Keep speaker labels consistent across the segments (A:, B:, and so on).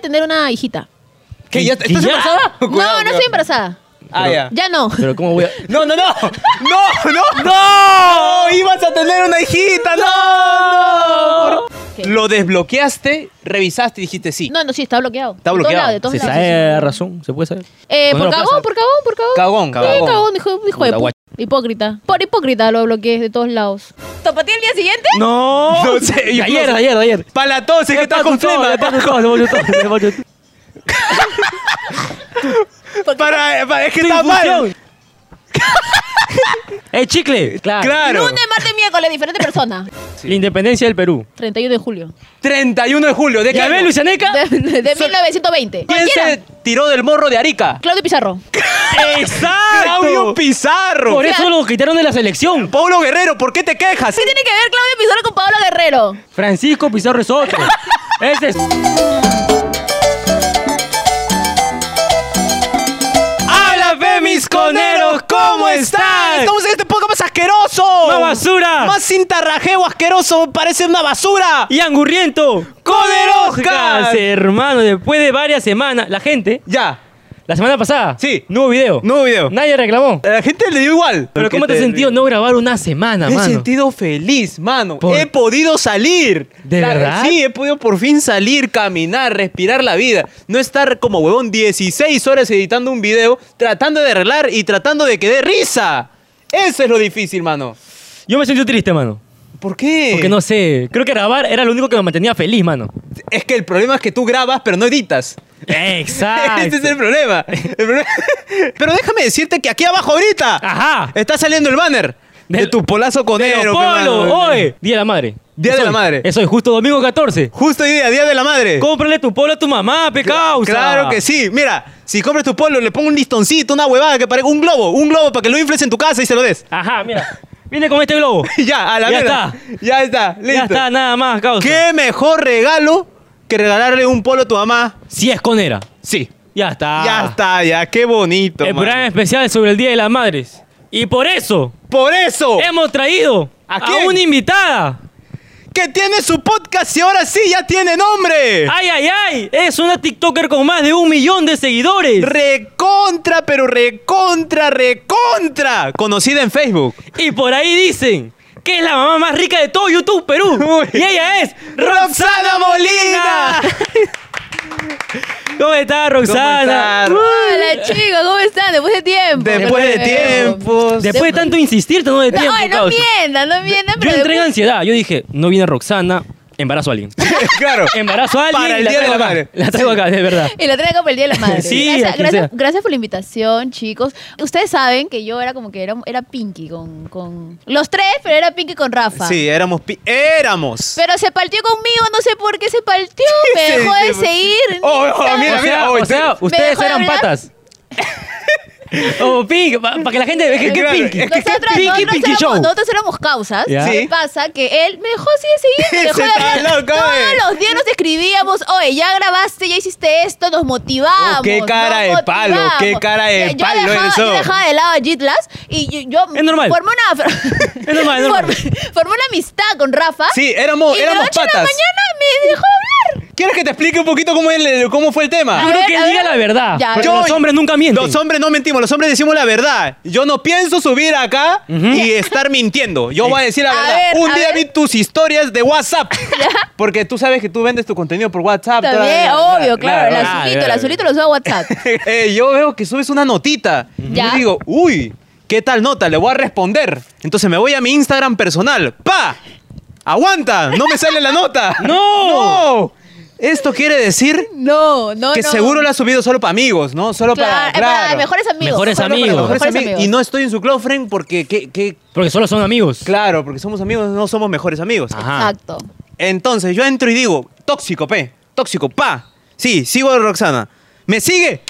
A: tener una hijita.
B: ¿Qué? ¿Ya estás embarazada?
A: No,
B: Cuidado,
A: no
B: cuidado.
A: estoy embarazada.
B: Ah, ya.
A: Ya no.
C: Pero ¿cómo voy a...?
B: No, no, no. No, no. No, ibas a tener una hijita. No, no.
A: ¿Qué?
B: Lo desbloqueaste, revisaste y dijiste sí.
A: No, no, sí, está bloqueado.
B: Está
A: De todos
B: bloqueado.
A: lados, de todos
C: ¿Se
A: lados,
C: sabe
A: sí, sí.
C: la razón? ¿Se puede saber?
A: Eh,
C: ¿O no
A: por
C: lo
A: cagón,
C: puedes
A: por cagón, por cagón.
B: Cagón,
A: Sí,
B: cagón.
A: cagón, hijo, hijo de
C: Puta,
A: puta.
C: guacha.
A: Hipócrita. Por hipócrita lo bloqueé de todos lados. ¿Topatía el día siguiente?
B: No. No sé.
C: De
B: yo-
C: ayer, de ayer, de ayer.
B: Para la tos, es que estás con
C: todo,
B: flema.
C: ya está con todo, se volvió todo, se volvió todo.
B: Para, para- es que
C: Sin
B: está mal.
C: función. ¡Eh, chicle! Claro.
B: Claro.
A: Lunes, martes, miércoles, diferente persona.
C: La independencia del Perú.
A: 31 de julio.
B: 31 de julio. ¿De qué
C: ¿Ya
B: año?
C: ves, Lucianeca?
A: De, de 1920.
B: ¿Quién se
A: Cualquiera.
B: tiró del morro de Arica?
A: Claudio Pizarro.
C: ¡Exacto!
B: Claudio Pizarro.
C: Por eso lo quitaron de la selección.
B: Pablo Guerrero, ¿por qué te quejas?
A: ¿Qué tiene que ver Claudio Pizarro con Pablo Guerrero?
C: Francisco Pizarro es otro. Ese es...
B: ¡Háblame, mis coneros! ¿Cómo están? Estamos en este podcast más asqueroso.
C: ¡Más basura!
B: Más cintarrajeo asqueroso. Parece una basura.
C: ¡Y angurriento!
B: Oscar!
C: Hermano, después de varias semanas, la gente,
B: Ya.
C: la semana pasada,
B: Sí.
C: no hubo video.
B: Nuevo video.
C: Nadie reclamó.
B: A la gente le dio igual.
C: Pero ¿cómo te has sentido no grabar una semana,
B: Me he
C: mano?
B: sentido feliz, mano.
C: ¿Por-
B: He podido salir.
C: ¿De
B: La-
C: verdad?
B: Sí, he podido por fin salir, caminar, respirar la vida. No estar como huevón 16 horas editando un video, tratando de arreglar y tratando de que dé risa. Eso es lo difícil, mano.
C: Yo me sentí triste, mano.
B: ¿Por qué?
C: Porque no sé, creo que grabar era lo único que me mantenía feliz, mano.
B: Es que el problema es que tú grabas, pero no editas.
C: Exacto.
B: Este es el problema. El problema- Pero déjame decirte que aquí abajo ahorita
C: Ajá.
B: está saliendo el banner de,
C: Del-
B: tu polazo
C: Pero
B: conero.
C: Polo,
B: hermano.
C: hoy, Día de la Madre.
B: Día
C: Es
B: de la
C: hoy.
B: Madre.
C: Es hoy, justo domingo 14.
B: Justo hoy día, Día de la Madre.
C: Cómprale tu polo a tu mamá, pecausa.
B: Claro que sí. Mira, si compras tu polo, le pongo un listoncito, una huevada que parezca un globo, un globo para que lo infles en tu casa y se lo des.
C: Ajá, mira. Viene con este globo.
B: ya, a la
C: Ya
B: mierda. Ya está, listo.
C: Ya está, nada más, causa.
B: ¿Qué mejor regalo que regalarle un polo a tu mamá?
C: Si es conera.
B: Sí.
C: Ya está.
B: Ya está, ya, qué bonito.
C: El
B: mano.
C: programa especial sobre el Día de las Madres. Y por eso
B: Por eso,
C: hemos traído
B: Oh. ¿A
C: a,
B: quién?
C: una invitada.
B: que tiene su podcast y ahora sí ya tiene nombre.
C: ¡Ay, ay, ay! Es una TikToker con más de un millón de seguidores.
B: Recontra, pero recontra, recontra. Conocida en Facebook.
C: Y por ahí dicen que es la mamá más rica de todo YouTube Perú.
B: Uy.
C: Y ella es
B: Roxana
C: Roxana Molina. ¿Cómo estás, Roxana? Uh,
B: ¿Cómo estás?
A: Hola, chicos, ¿cómo están? Después de tiempo.
B: Después de tiempos.
C: Después de tanto insistirte, no de
A: No,
C: tiempo,
A: ay, no
C: causa.
A: mientan, no mientan,
C: Yo
A: pero.
C: entré en
A: después-
C: ansiedad. Yo dije, no viene Roxana, embarazo a alguien.
B: claro.
C: Embarazo a alguien.
B: Para el
C: y la
B: Día de
C: traigo
B: la
C: acá.
B: Madre.
C: La traigo acá, de verdad.
A: Y la traigo para el Día de la Madre.
C: Sí, a
A: gracias,
C: quien sea.
A: gracias, gracias por la invitación, chicos. Ustedes saben que yo era como que era, era Pinky con, con... Los tres, pero era Pinky con Rafa.
B: Sí, éramos. pi- Éramos.
A: Pero se partió conmigo, no sé por qué se partió. Me
B: Sí,
A: dejó
B: sí,
A: de
B: sí.
A: seguir.
B: Oh, oh,
A: ¿sabes?
B: mira,
C: o sea,
B: mira, oh,
C: o sea,
B: entonces-
A: ¿Me
C: ustedes
A: dejó de
C: eran
A: hablar?
C: patas. o Pink, para que la gente vea que, que
B: Claro,
C: Pink.
B: es que-
A: Nosotros,
C: Pinky,
A: nosotros
C: Pinky
A: éramos-
C: Show.
A: nosotros éramos causas.
C: Ya.
A: ¿Qué
B: Sí.
A: pasa? Que él me dejó así de seguir, me dejó de
B: Ese está
A: hablar.
B: loco, eh.
A: Todos los días nos escribíamos, oye, ya grabaste, ya hiciste esto, nos motivamos.
B: Oh, qué cara
A: nos
B: de palo,
A: motivamos".
B: qué cara de
A: yo
B: palo
A: dejaba,
B: eres,
A: yo
B: oh.
A: dejaba de lado a Jitlas y yo, yo
C: Es normal.
A: formé una... es
C: normal, es normal.
A: Formé una amistad con Rafa.
B: Sí, éramos,
A: y de
B: éramos
A: noche a la
B: patas.
A: mañana me dejó hablar.
B: ¿Quieres que te explique un poquito cómo, el- el- cómo fue el
C: Yo
A: A
B: tema?
C: creo
A: ver,
C: que
A: a
C: él diga
A: ver.
C: la verdad.
A: Ya, a
C: porque
A: ver.
C: los hombres nunca mienten.
B: Los hombres no mentimos, los hombres decimos la verdad. Yo no pienso subir acá y estar mintiendo. Yo voy a decir la
A: A
B: verdad.
A: ver,
B: un
A: a
B: día
A: ver.
B: vi tus historias de WhatsApp. Porque tú sabes que tú vendes tu contenido por WhatsApp. toda la-
A: También,
B: la-
A: obvio, claro.
B: la-
A: El
C: claro,
A: azulito, el
C: claro.
A: azulito lo subo a WhatsApp.
B: Eh, yo veo que subes una notita.
A: Ya.
B: Yo digo, uy, ¿qué tal nota? Le voy a responder. Entonces me voy a mi Instagram personal. ¡Pa! ¡Aguanta! ¡No me sale la nota!
C: ¡No!
B: ¡No! Esto quiere decir
A: No, no,
B: que
A: no.
B: seguro la has subido solo para amigos, ¿no? Solo
A: Claro,
B: para,
A: eh, para
B: claro.
A: mejores amigos.
C: Mejores
A: Solo para
C: amigos.
B: Mejores
A: Mejores
B: amigos.
A: amigos.
B: Y no estoy en su club friend porque, que- que-
C: Porque solo son amigos.
B: claro, porque somos amigos, no somos mejores amigos.
C: Ajá.
A: Exacto.
B: Entonces yo entro y digo, tóxico, pe, tóxico, pa. Sí, sigo a Roxana. ¿Me sigue?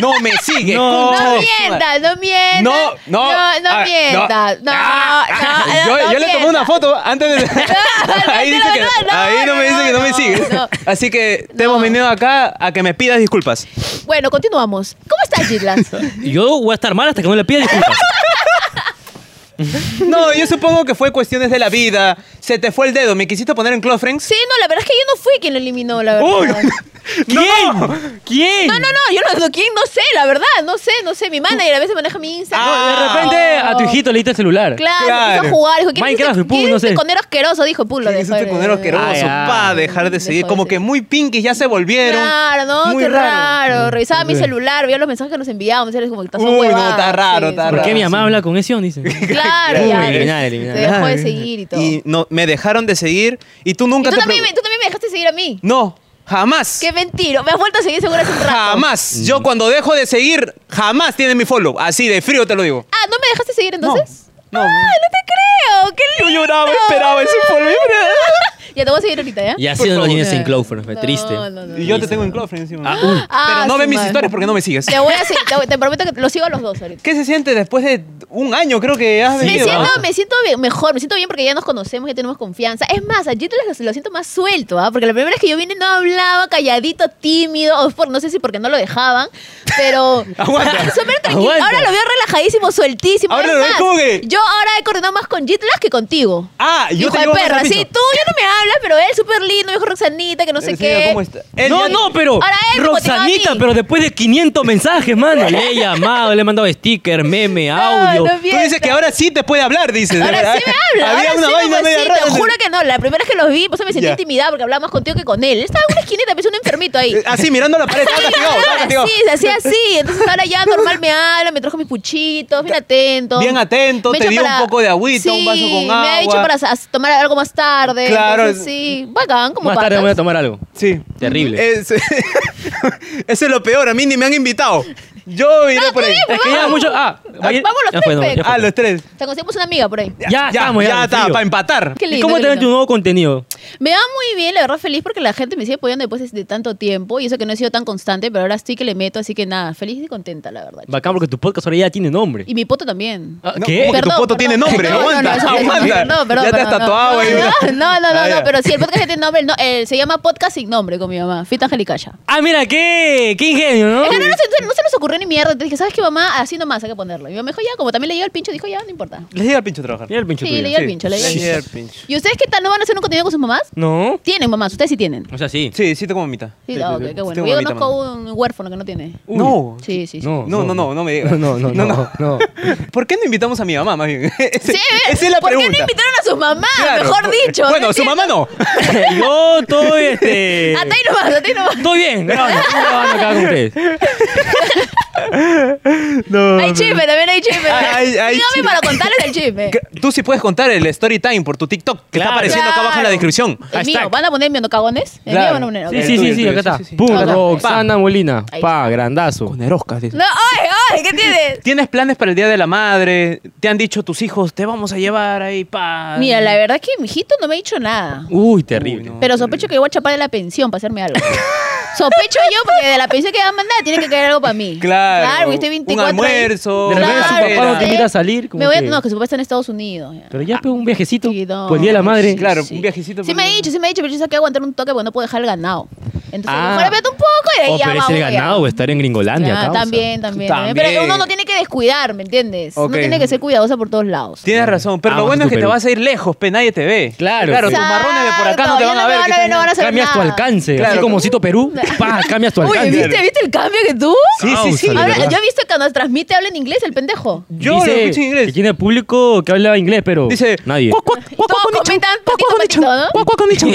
B: No me sigue.
C: No.
B: concha
A: No
B: de su madre.
A: mientas, no mientas.
B: No, Ah, no.
A: No, no
B: a ver,
A: mientas. No,
B: Ah, ah,
A: no, no,
B: Yo,
A: no
B: yo le tomé una
A: mientas.
B: foto antes de. ahí
A: no,
B: dice que.
A: no, no,
B: ahí no me dice que no, me
A: no,
B: sigue.
A: no.
B: Así que te hemos
A: No.
B: venido acá a que me pidas disculpas.
A: Bueno, continuamos. ¿Cómo estás, Gitlas?
C: Y Yo voy a estar mal hasta que no le pida disculpas.
B: No, yo supongo que fue cuestiones de la vida. se te fue el dedo. ¿Me quisiste poner en Close Friends?
A: Sí, no, la verdad es que yo no fui quien lo eliminó, la
B: Uy.
A: verdad.
C: ¿Quién? ¿Quién?
A: No, no, no, yo no, no, ¿quién? No sé, la verdad, no sé, no sé. Mi manager a veces maneja mi Instagram.
B: Ah,
C: De repente a tu hijito le diste el celular.
A: Claro,
B: Claro.
A: quiso jugar. Dijo, ¿quién
C: Minecraft
A: es
C: y Pug, no sé.
A: conero asqueroso? Dijo, Pug, lo
B: ¿Quién es
A: dejó
B: este
A: de-
B: conero asqueroso?
C: Ay, ah.
B: pa, dejar de seguir.
A: Dejó de
B: Como
A: seguir.
B: que muy pinkies ya se volvieron.
A: Claro, ¿no?
B: Muy
A: qué
B: raro.
A: raro. Revisaba mi
C: Sí.
A: celular, veía los mensajes que nos enviábamos. Era como que estás
B: Uy, no, está raro, está
C: ¿Por
B: raro.
C: qué mi mamá habla con ese Dice.
A: Claro,
C: Uy,
A: ya.
C: eliminar, eliminar.
A: Te dejó de seguir y todo.
B: Y no, me dejaron de seguir. Y tú nunca
A: Y tú,
B: te
A: también,
B: pregun-
A: me- tú también me dejaste seguir a mí.
B: No, jamás.
A: Qué mentira. Me has vuelto a seguir seguro hace un rato.
B: Jamás. Yo cuando dejo de seguir, jamás tiene mi follow. Así de frío te lo digo.
A: Ah, ¿no me dejaste seguir entonces?
B: No.
A: ¡Ay, no te creo! ¡Qué
B: Yo
A: lindo!
B: lloraba, esperaba ese follow. Yo lloraba.
A: Ya te voy a seguir ahorita, ¿ya?
C: Y así
B: Por
C: no lo
B: favor.
C: tienes en Cloudflare, fue triste.
A: No, no, no.
B: Y yo te tengo en Clofre encima.
C: Ah, uy.
A: Ah,
B: uh. Pero no
A: su
B: ve mis
A: madre.
B: historias porque no me sigues.
A: Te voy a seguir, te, voy- te prometo que lo sigo a los dos ahorita.
B: ¿Qué se siente después de un año? Creo que has
C: Sí,
A: Me
B: venido.
A: siento,
C: ¿ah?
A: me siento bien- mejor, me siento bien porque ya nos conocemos, ya tenemos confianza. Es más, a Jito lo, lo siento más suelto, ¿ah? porque la primera vez que yo vine no hablaba, calladito, tímido, o es por, no sé si porque no lo dejaban, pero...
B: Aguanta.
A: Súper tranquilo.
C: Aguanta.
A: Ahora lo veo relajadísimo, sueltísimo.
B: Ahora
A: Es
B: lo veo
A: más,
B: como que-
A: Yo ahora he coordinado más con Jitlas que contigo.
B: Ah, yo
A: Hijo
B: te
A: de
B: llevo más
A: perra,
B: al
A: sí,
B: piso.
A: tú ya no me hablas, pero él súper lindo, me dijo Roxanita, que no sé
B: Pero
A: qué.
B: señora, ¿cómo está? Él
C: No,
B: ya-
C: no, pero
A: Ahora él me motivó a
C: Roxanita,
A: mí.
C: pero después de 500 mensajes, mano, le he llamado, le he mandado sticker, meme,
A: no,
C: audio.
B: Tú dices que ahora sí te puede hablar, dices.
A: Ahora sí me habla,
B: Había
A: ahora
B: una
A: sí,
B: vaina
A: mamacita,
B: media rara.
A: Te juro que no, la primera vez que los vi, pues me sentí
B: Ya.
A: intimidada porque hablaba más contigo que con él. Él Estaba en una esquinita, pensé un enfermito ahí.
B: Eh, Así, mirando la pared. Estaba castigado, estaba castigado.
A: Sí, se hacía así. Entonces ahora ya normal me habla, me trajo mis puchitos, bien atento.
B: Bien atento,
A: Me
B: te
A: echa
B: dio un poco de agüita, un vaso con
A: Me ha dicho
B: agua.
A: para as- tomar algo más tarde.
B: Claro.
A: Entonces, sí, bacán, como
C: Más tarde
A: patas.
C: voy a tomar algo.
B: Sí.
C: Terrible.
B: Es- Eso es lo peor. A mí ni me han invitado. Yo iré por ahí.
C: Es que ya mucho. Ah, vaya-
A: Vamos los
C: ya fue,
A: tres,
C: no, ya
A: pe.
C: fue.
B: Ah, los tres.
A: Te conseguimos una amiga por ahí.
C: Ya estamos, ya, de
B: está,
C: frío.
B: para empatar.
A: Qué
C: ¿Y
A: lindo,
C: cómo
A: qué
C: te ven tu
A: lindo.
C: nuevo contenido?
A: Me va muy bien, la verdad feliz porque la gente me sigue apoyando después de tanto tiempo y eso que no he sido tan constante, pero ahora sí que le meto, así que nada, feliz y contenta, la verdad.
C: Bacán porque tu podcast ahora ya tiene nombre.
A: Y mi poto también.
C: Ah,
B: No,
C: ¿Qué?
B: ¿cómo que tu poto tiene nombre?
A: No,
B: Aguanta,
A: no, no, eso- eso-
B: aguanta.
A: perdón, perdón,
B: Ya te has
A: perdón, no.
B: tatuado ahí una-
A: No, no, no,
B: Ah,
A: no,
B: ya.
A: no, pero sí, el podcast tiene nombre, no, eh, se llama Podcast Sin Nombre con mi mamá, Fita Angelicaya.
C: Ah, mira, qué, qué ingenio, ¿no?
A: Es que no, no se, no se nos ocurrió ni mierda, entonces dije, ¿sabes qué, mamá? Así nomás hay que ponerlo. Y mi mamá dijo, ya, como también le llega el pincho, dijo, ya, no importa.
B: Les llega el pincho a trabajar.
C: Mira el pincho
A: Sí,
C: tuyo.
A: le llega el pincho, le llega el
B: Les llega
A: pincho.
B: el pincho.
A: ¿Y ustedes qué tal? ¿No van a hacer un contenido con sus mamás?
C: No.
A: Tienen mamás, ustedes sí tienen.
C: O sea, sí.
B: Sí, sí, como mitad.
A: Sí, ah, ok, qué bueno. Yo conozco un huérfano que no tiene.
C: Uy.
B: No.
A: Sí, sí, sí.
C: No,
B: Oh, No, no, no, no me digas.
C: No, no, no, no.
B: ¿Por qué no invitamos a mi mamá más bien? Ese-
A: Sí, eh,
B: Esa es la
A: ¿Por
B: pregunta.
A: qué no invitaron a sus mamás?
B: Claro.
A: Mejor dicho.
B: Bueno,
A: ¿no
B: su mamá no.
C: Yo estoy, este...
A: entiendes? Hasta ahí nomás, hasta ahí nomás.
C: Estoy bien, grabando, estoy grabando acá con ustedes.
B: no.
A: Hay chisme, también hay chisme.
B: Ay, ay, ay,
A: Dígame
B: chisme.
A: para contarles el chisme.
B: Que- Tú sí puedes contar el story time por tu TikTok que
C: Claro.
B: está apareciendo acá abajo en la
A: Claro.
B: descripción.
A: El mío,
C: Hashtag.
A: ¿van a poner mi cagones? El mío
B: Claro.
A: van a poner. ok.
C: Sí,
B: El
C: sí,
B: tuyo,
C: sí,
B: el
C: sí,
B: tuyo,
C: acá está.
B: sí, sí, sí.
C: Pum,
A: Acá.
C: Roxana Molina.
A: Ahí
C: Pa, grandazo.
B: Con Eroscas, dice.
A: No, ay, ay, ¿qué tienes?
B: ¿Tienes planes para el Día de la Madre? ¿Te han dicho tus hijos, te vamos a llevar ahí, pa?
A: Mira, la verdad es que mi hijito no me ha dicho nada.
C: Uy, terrible.
B: Uy, no.
A: Pero sospecho que voy a chapar de la pensión para hacerme algo. Sospecho yo porque de la pensión que van a mandar tiene que caer algo para mí.
B: Claro,
A: Claro, porque estoy
B: un
A: 24 ahí.
B: almuerzo,
C: De repente su papá no te
A: ¿sí?
C: invita a salir, como
A: Me voy a-
C: que-
A: No, que su papá está en Estados Unidos. ya.
C: Pero ya pegó un viajecito.
A: Sí, no.
C: Por el día de la madre.
B: Claro, un viajecito
A: Sí
B: por
A: me ha
B: ahí.
A: dicho, sí me ha dicho, pero yo sé que aguantar un toque porque no puedo dejar el ganado. Entonces,
C: Ah.
A: mejor espérate un poco y de ahí
C: Oh,
A: ya
C: pero es el
A: vamos, ya.
C: ganado o estar en Gringolandia,
A: Ah,
C: causa.
A: también, también,
B: También.
A: Pero uno no tiene que descuidar, ¿me entiendes?
B: Ok.
A: Uno tiene que ser cuidadosa por todos lados.
B: Tienes razón, pero
C: Ah,
B: lo
C: vas
B: bueno
C: a
B: es
C: tu
B: que te
C: Perú.
B: vas a ir lejos, pe, nadie te ve.
C: Claro,
B: Claro,
C: pe.
B: tus marrones de por acá no te
A: Exacto,
B: van
A: ya no me
B: a ver. que
A: van a ver,
B: están-
A: no van a saber
C: Cambias tu
A: nada.
C: alcance.
B: Claro.
C: Así como Cito Perú, pa, cambias tu
A: Oye,
C: alcance.
A: ¿viste, ¿viste el cambio que tú?
B: Sí, sí, sí.
C: Causa, de
A: Ahora,
C: verdad.
A: yo he visto que cuando transmite habla en inglés el pendejo.
B: Yo lo escucho en
C: Que
B: inglés.
C: tiene público que habla inglés, pero
B: Dice,
C: nadie.
B: "Cuac, cuac, cuac,
A: Todo
B: cuac, nicho,
A: comentan
B: cuac, cuac,
A: patito,
B: nicho,
A: patito, ¿no?
B: cuac, cuac, nicho".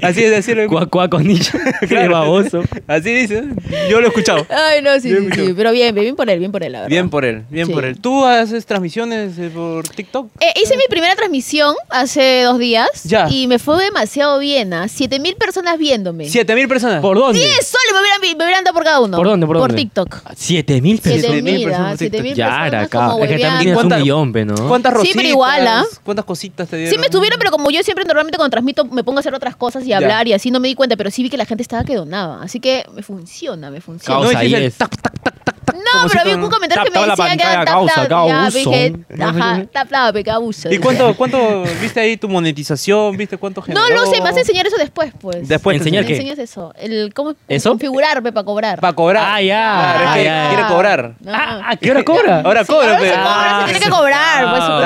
B: Así es, así lo
C: Cuac, cuac, con nicho. Qué baboso.
B: Así dice. Yo lo he escuchado.
A: Ay, no, sí,
B: Bien,
A: sí,
B: mucho.
A: sí. Pero bien, bien por él, bien por él, la verdad.
B: Bien por él, bien
A: Sí.
B: por él. ¿Tú haces transmisiones eh, por TikTok?
A: Eh, hice mi primera transmisión hace dos días
B: Ya.
A: y me fue demasiado bien. ¿ah? 7000 personas viéndome. 10
B: 7000 personas.
C: ¿Por dónde?
A: soles me hubieran, vi- me hubieran dado por cada uno.
C: ¿Por dónde? ¿Por dónde?
A: TikTok.
C: Siete mil
B: Siete
C: pesos.
A: 7000,
B: personas
A: ah,
B: por
A: 7000
B: TikTok.
C: Ya,
A: personas.
C: era
A: como
C: acá. Es que
A: hueveando.
C: también tienes un
B: ¿Cuánta-
C: millón, pe, ¿no?
B: ¿Cuántas
A: Sí,
B: rositas?
A: pero igual, ¿ah?
B: ¿Cuántas cositas te dieron?
A: Sí me estuvieron, pero como yo siempre normalmente cuando transmito me pongo a hacer otras cosas y hablar y así no me di cuenta, pero sí vi que la gente estaba que donaba. Así que me funciona, me funciona.
C: Causa,
B: No,
C: ahí
B: hiciste el
C: es.
B: tac, tac, tac, tac, tac,
A: No, pero había un comentario que me
D: Captaba la
A: decía que
D: pantalla,
A: era tap, tap,
D: causa,
A: ya, dije,
D: causa.
A: ajá, taplado, pecabuso.
B: ¿Y cuánto, cuánto viste ahí tu monetización? ¿Viste cuánto generó?
A: No lo sé, vas a enseñar eso después, pues.
B: Después te
C: Enseñar
A: Me
C: qué?
A: enseñas eso. El cómo
C: ¿Eso?
A: configurarme para cobrar.
B: Para cobrar.
C: Ah, ya.
B: Claro, es
C: Ah,
B: que
C: ya, ya.
B: quiere cobrar.
A: No.
C: Ah, ¿A qué hora cobra?
B: Ahora
A: Sí,
B: cobra,
A: ahora se
B: pe.
A: cobra, se tiene que cobrar, pues,
C: Ah,
B: está co-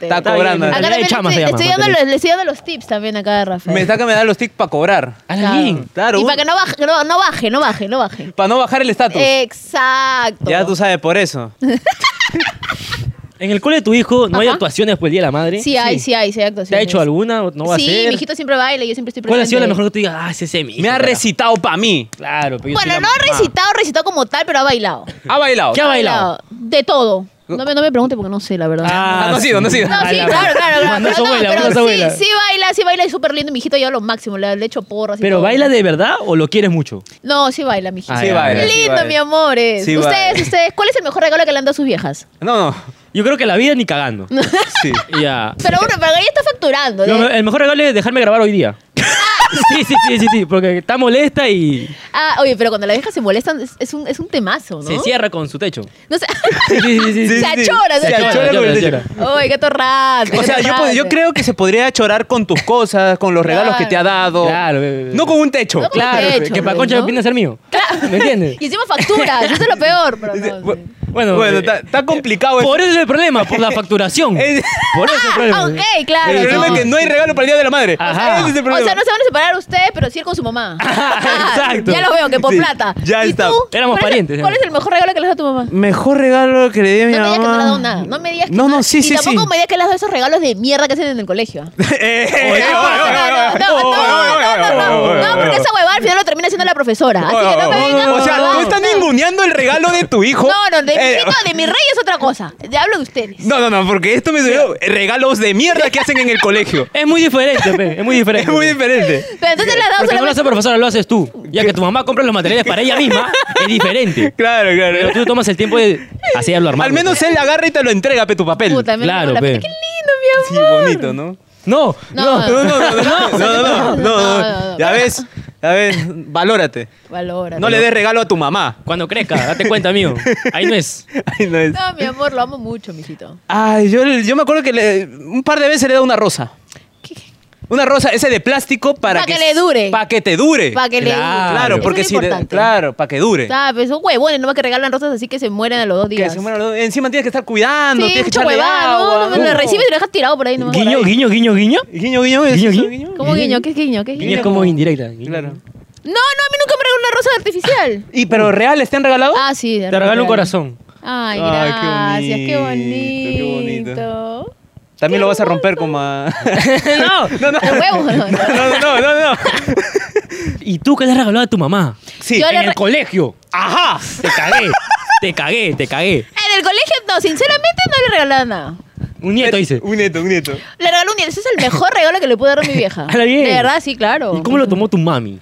A: claramente.
B: Está
C: Está
B: cobrando.
C: bien,
A: Acá
C: Manuel
A: también le
C: Chama
A: estoy, le
C: se llama,
A: estoy dando
C: Manuel.
A: los, le estoy dando los tips también acá a Rafael.
B: Me está que me da los tics para cobrar.
C: Alan,
B: Claro.
A: Y para que no baje, no, no baje, no baje, no baje.
B: Para no bajar el estatus.
A: Eh, Exacto.
B: Ya tú sabes, por eso.
C: En el cole de tu hijo no hay
A: Ajá.
C: actuaciones por el Día de la Madre.
A: Sí, hay, sí hay, sí hay actuaciones.
C: ¿Te ha hecho alguna? ¿O ¿No va
A: sí,
C: a ser?
A: mi hijito siempre baila, yo siempre estoy presente.
C: ¿Cuál ha sido la mejor que tú digas? Ah, ese es mi hijo,
B: Me ha
C: carajo"?
B: recitado para mí.
C: Claro, pero yo soy
A: Bueno,
C: la
A: no ha
C: mamá.
A: recitado, recitado como tal, pero ha bailado.
B: Ha bailado.
C: ¿Qué ha bailado?
A: De todo. No me, no me pregunte porque no sé, la verdad.
B: Ah, no ha sido, no ha sido.
A: No, sí,
C: la-
A: claro, claro, claro.
C: Mandó a su
A: Pero, no,
C: abuela,
A: pero
C: mandó a su
A: sí,
C: abuela.
A: sí baila, sí baila, es súper lindo. Mi hijito lleva lo máximo, le, le echo porras. y
C: ¿Pero
A: todo.
C: baila de verdad o lo quieres mucho?
A: No, sí baila, mi hijito.
C: Ah, Sí ya, baila,
B: ya. sí
A: Lindo,
B: baila.
A: mi amores.
B: Sí
A: ustedes,
B: baila.
A: ustedes, ¿cuál es el mejor regalo que le han dado a sus viejas?
B: No, no.
C: Yo creo que la vida ni cagando.
B: Sí.
C: Ya.
A: Pero uno, pero ella está facturando. ¿eh?
C: Lo me- el mejor regalo es dejarme grabar hoy día. sí, sí, sí, sí, sí, porque está molesta y
A: Ah, oye, pero cuando las viejas se molestan, es, es un, es un temazo, ¿no?
C: se cierra con su techo.
A: No sé.
C: Sí, sí, sí, sí, sí.
A: Se achora, se
B: Se
A: achora.
B: achora con el
C: Se
B: techo.
C: achora.
A: Oye, qué torrante.
B: O sea, yo, pod- yo creo que se podría chorar con tus cosas, con los regalos que te ha dado.
C: Claro, eh,
B: No con un techo.
A: No con-
C: Claro,
A: techo,
C: que para
A: pues,
C: Concha
A: ¿no?
C: no viene a ser mío. ¿Me entiendes?
A: Y encima facturas, eso es lo peor. Pero no, sí.
C: Bueno,
B: Bueno,
C: eh,
B: está está complicado eso.
C: por eso es el problema, por la facturación.
B: Es-
C: Por eso es el problema.
A: Ah, ok, claro.
B: El problema
A: no.
B: es que no hay regalo para el Día de la Madre.
C: Ajá.
B: Ese es el
A: O
B: problema.
A: sea, no se van a separar ustedes, pero sí ir con su mamá. Ah,
C: exacto.
A: Ya lo veo, que por
B: Sí,
A: plata.
B: ya
A: ¿Y
B: está.
A: tú?
C: Éramos
A: ¿Cuál es-
C: parientes,
A: ¿Cuál
C: ya.
A: es el mejor regalo que le has dado a tu mamá?
B: Mejor regalo que le di a mi
A: No me
B: mamá.
A: digas que no le has dado nada. No me digas que
B: No, no, sí,
A: y
B: sí, sí.
A: tampoco me digas que le has dado esos regalos de mierda que hacen en el colegio. No,
B: Eh,
A: no, no, no, no, no, no, no, porque esa huevada al final lo termina siendo la profesora. Así que no me vengas.
B: O sea, tú estás ninguneando el regalo de tu hijo.
A: No, no, de mi
B: Eh,
A: hijito, de mi rey es otra cosa. Ya hablo de ustedes.
B: No, no, no, porque esto me subió regalos de mierda que hacen en el colegio.
C: Es muy diferente, pe, es muy diferente.
B: Es muy diferente.
A: Pero entonces le has dado
C: Porque no lo
A: solamente.
C: hace profesora, lo haces tú. Ya que tu mamá compra los materiales para ella misma, es diferente.
B: Claro,
C: Pero
B: claro.
C: tú tomas el tiempo de hacerlo armar.
B: Al menos él agarra y te lo entrega, pe, tu papel.
A: Puta, me
C: Claro,
A: la-
C: pe.
A: Qué lindo,
B: Sí,
A: mi amor.
B: bonito, ¿no?
C: No,
A: No,
C: no.
B: No, no, no, no, no, no,
A: no,
B: no,
A: no.
B: Ya ves, ya ves, valórate.
A: Valora.
B: No le des regalo a tu mamá.
C: Cuando crezca, date cuenta, mío. Ahí no es.
B: Ay, no es.
A: No, mi amor, lo amo mucho, mijito.
B: Ay, yo, yo me acuerdo que le- un par de veces le he dado una rosa.
A: ¿Qué- qué?
B: Una rosa, ese de plástico para
A: Pa' que le dure.
B: Para que te dure.
A: Para que le
C: Claro,
B: Claro,
A: Eso
B: porque
A: es
B: si.
A: lo
B: le-
A: importante.
B: claro, para que dure.
A: Ah, pero son huevones, nomás que regalan rosas así que se mueren a los dos
B: Que
A: días.
B: se muera lo- Encima tienes que estar cuidando,
A: sí,
B: tienes que
A: mucha
B: echarle
A: huevada,
B: agua.
A: no, no, no, lo recibes y lo dejas tirado por ahí nomás.
C: Guiño, guiño, guiño, guiño.
B: Guiño, guiño,
C: Guiño,
B: ¿es eso,
C: guiño.
A: ¿Cómo guiño? ¿Qué es guiño? ¿Qué es
C: Guiño
A: guiño?
C: es como indirecta. guiño.
B: Claro.
A: No, no, a mí nunca me regaló una rosa artificial.
B: ¿Y pero reales te han regalado?
A: Ah, sí.
C: Te regalo un corazón.
A: Ay,
B: Ay, qué
A: gracias, qué
B: bonito,
A: bonito.
B: qué También lo vas a romper como a...
C: no.
B: no, no.
A: El huevo, no, no.
B: no, no, no, no.
C: ¿Y tú qué le has regalado a tu mamá?
B: Sí.
A: Yo le
C: en el
A: re-
C: colegio.
B: Ajá.
C: Te cagué. te cagué, te cagué.
A: En el colegio, no, sinceramente no le regalaba nada.
C: Un nieto dice.
B: Eh, Un nieto, un nieto.
A: Le regaló un día, ese es el mejor regalo que le pude dar a mi vieja.
C: Ala, bien.
A: Ah. De verdad, sí, claro.
C: ¿Y cómo lo tomó tu mami?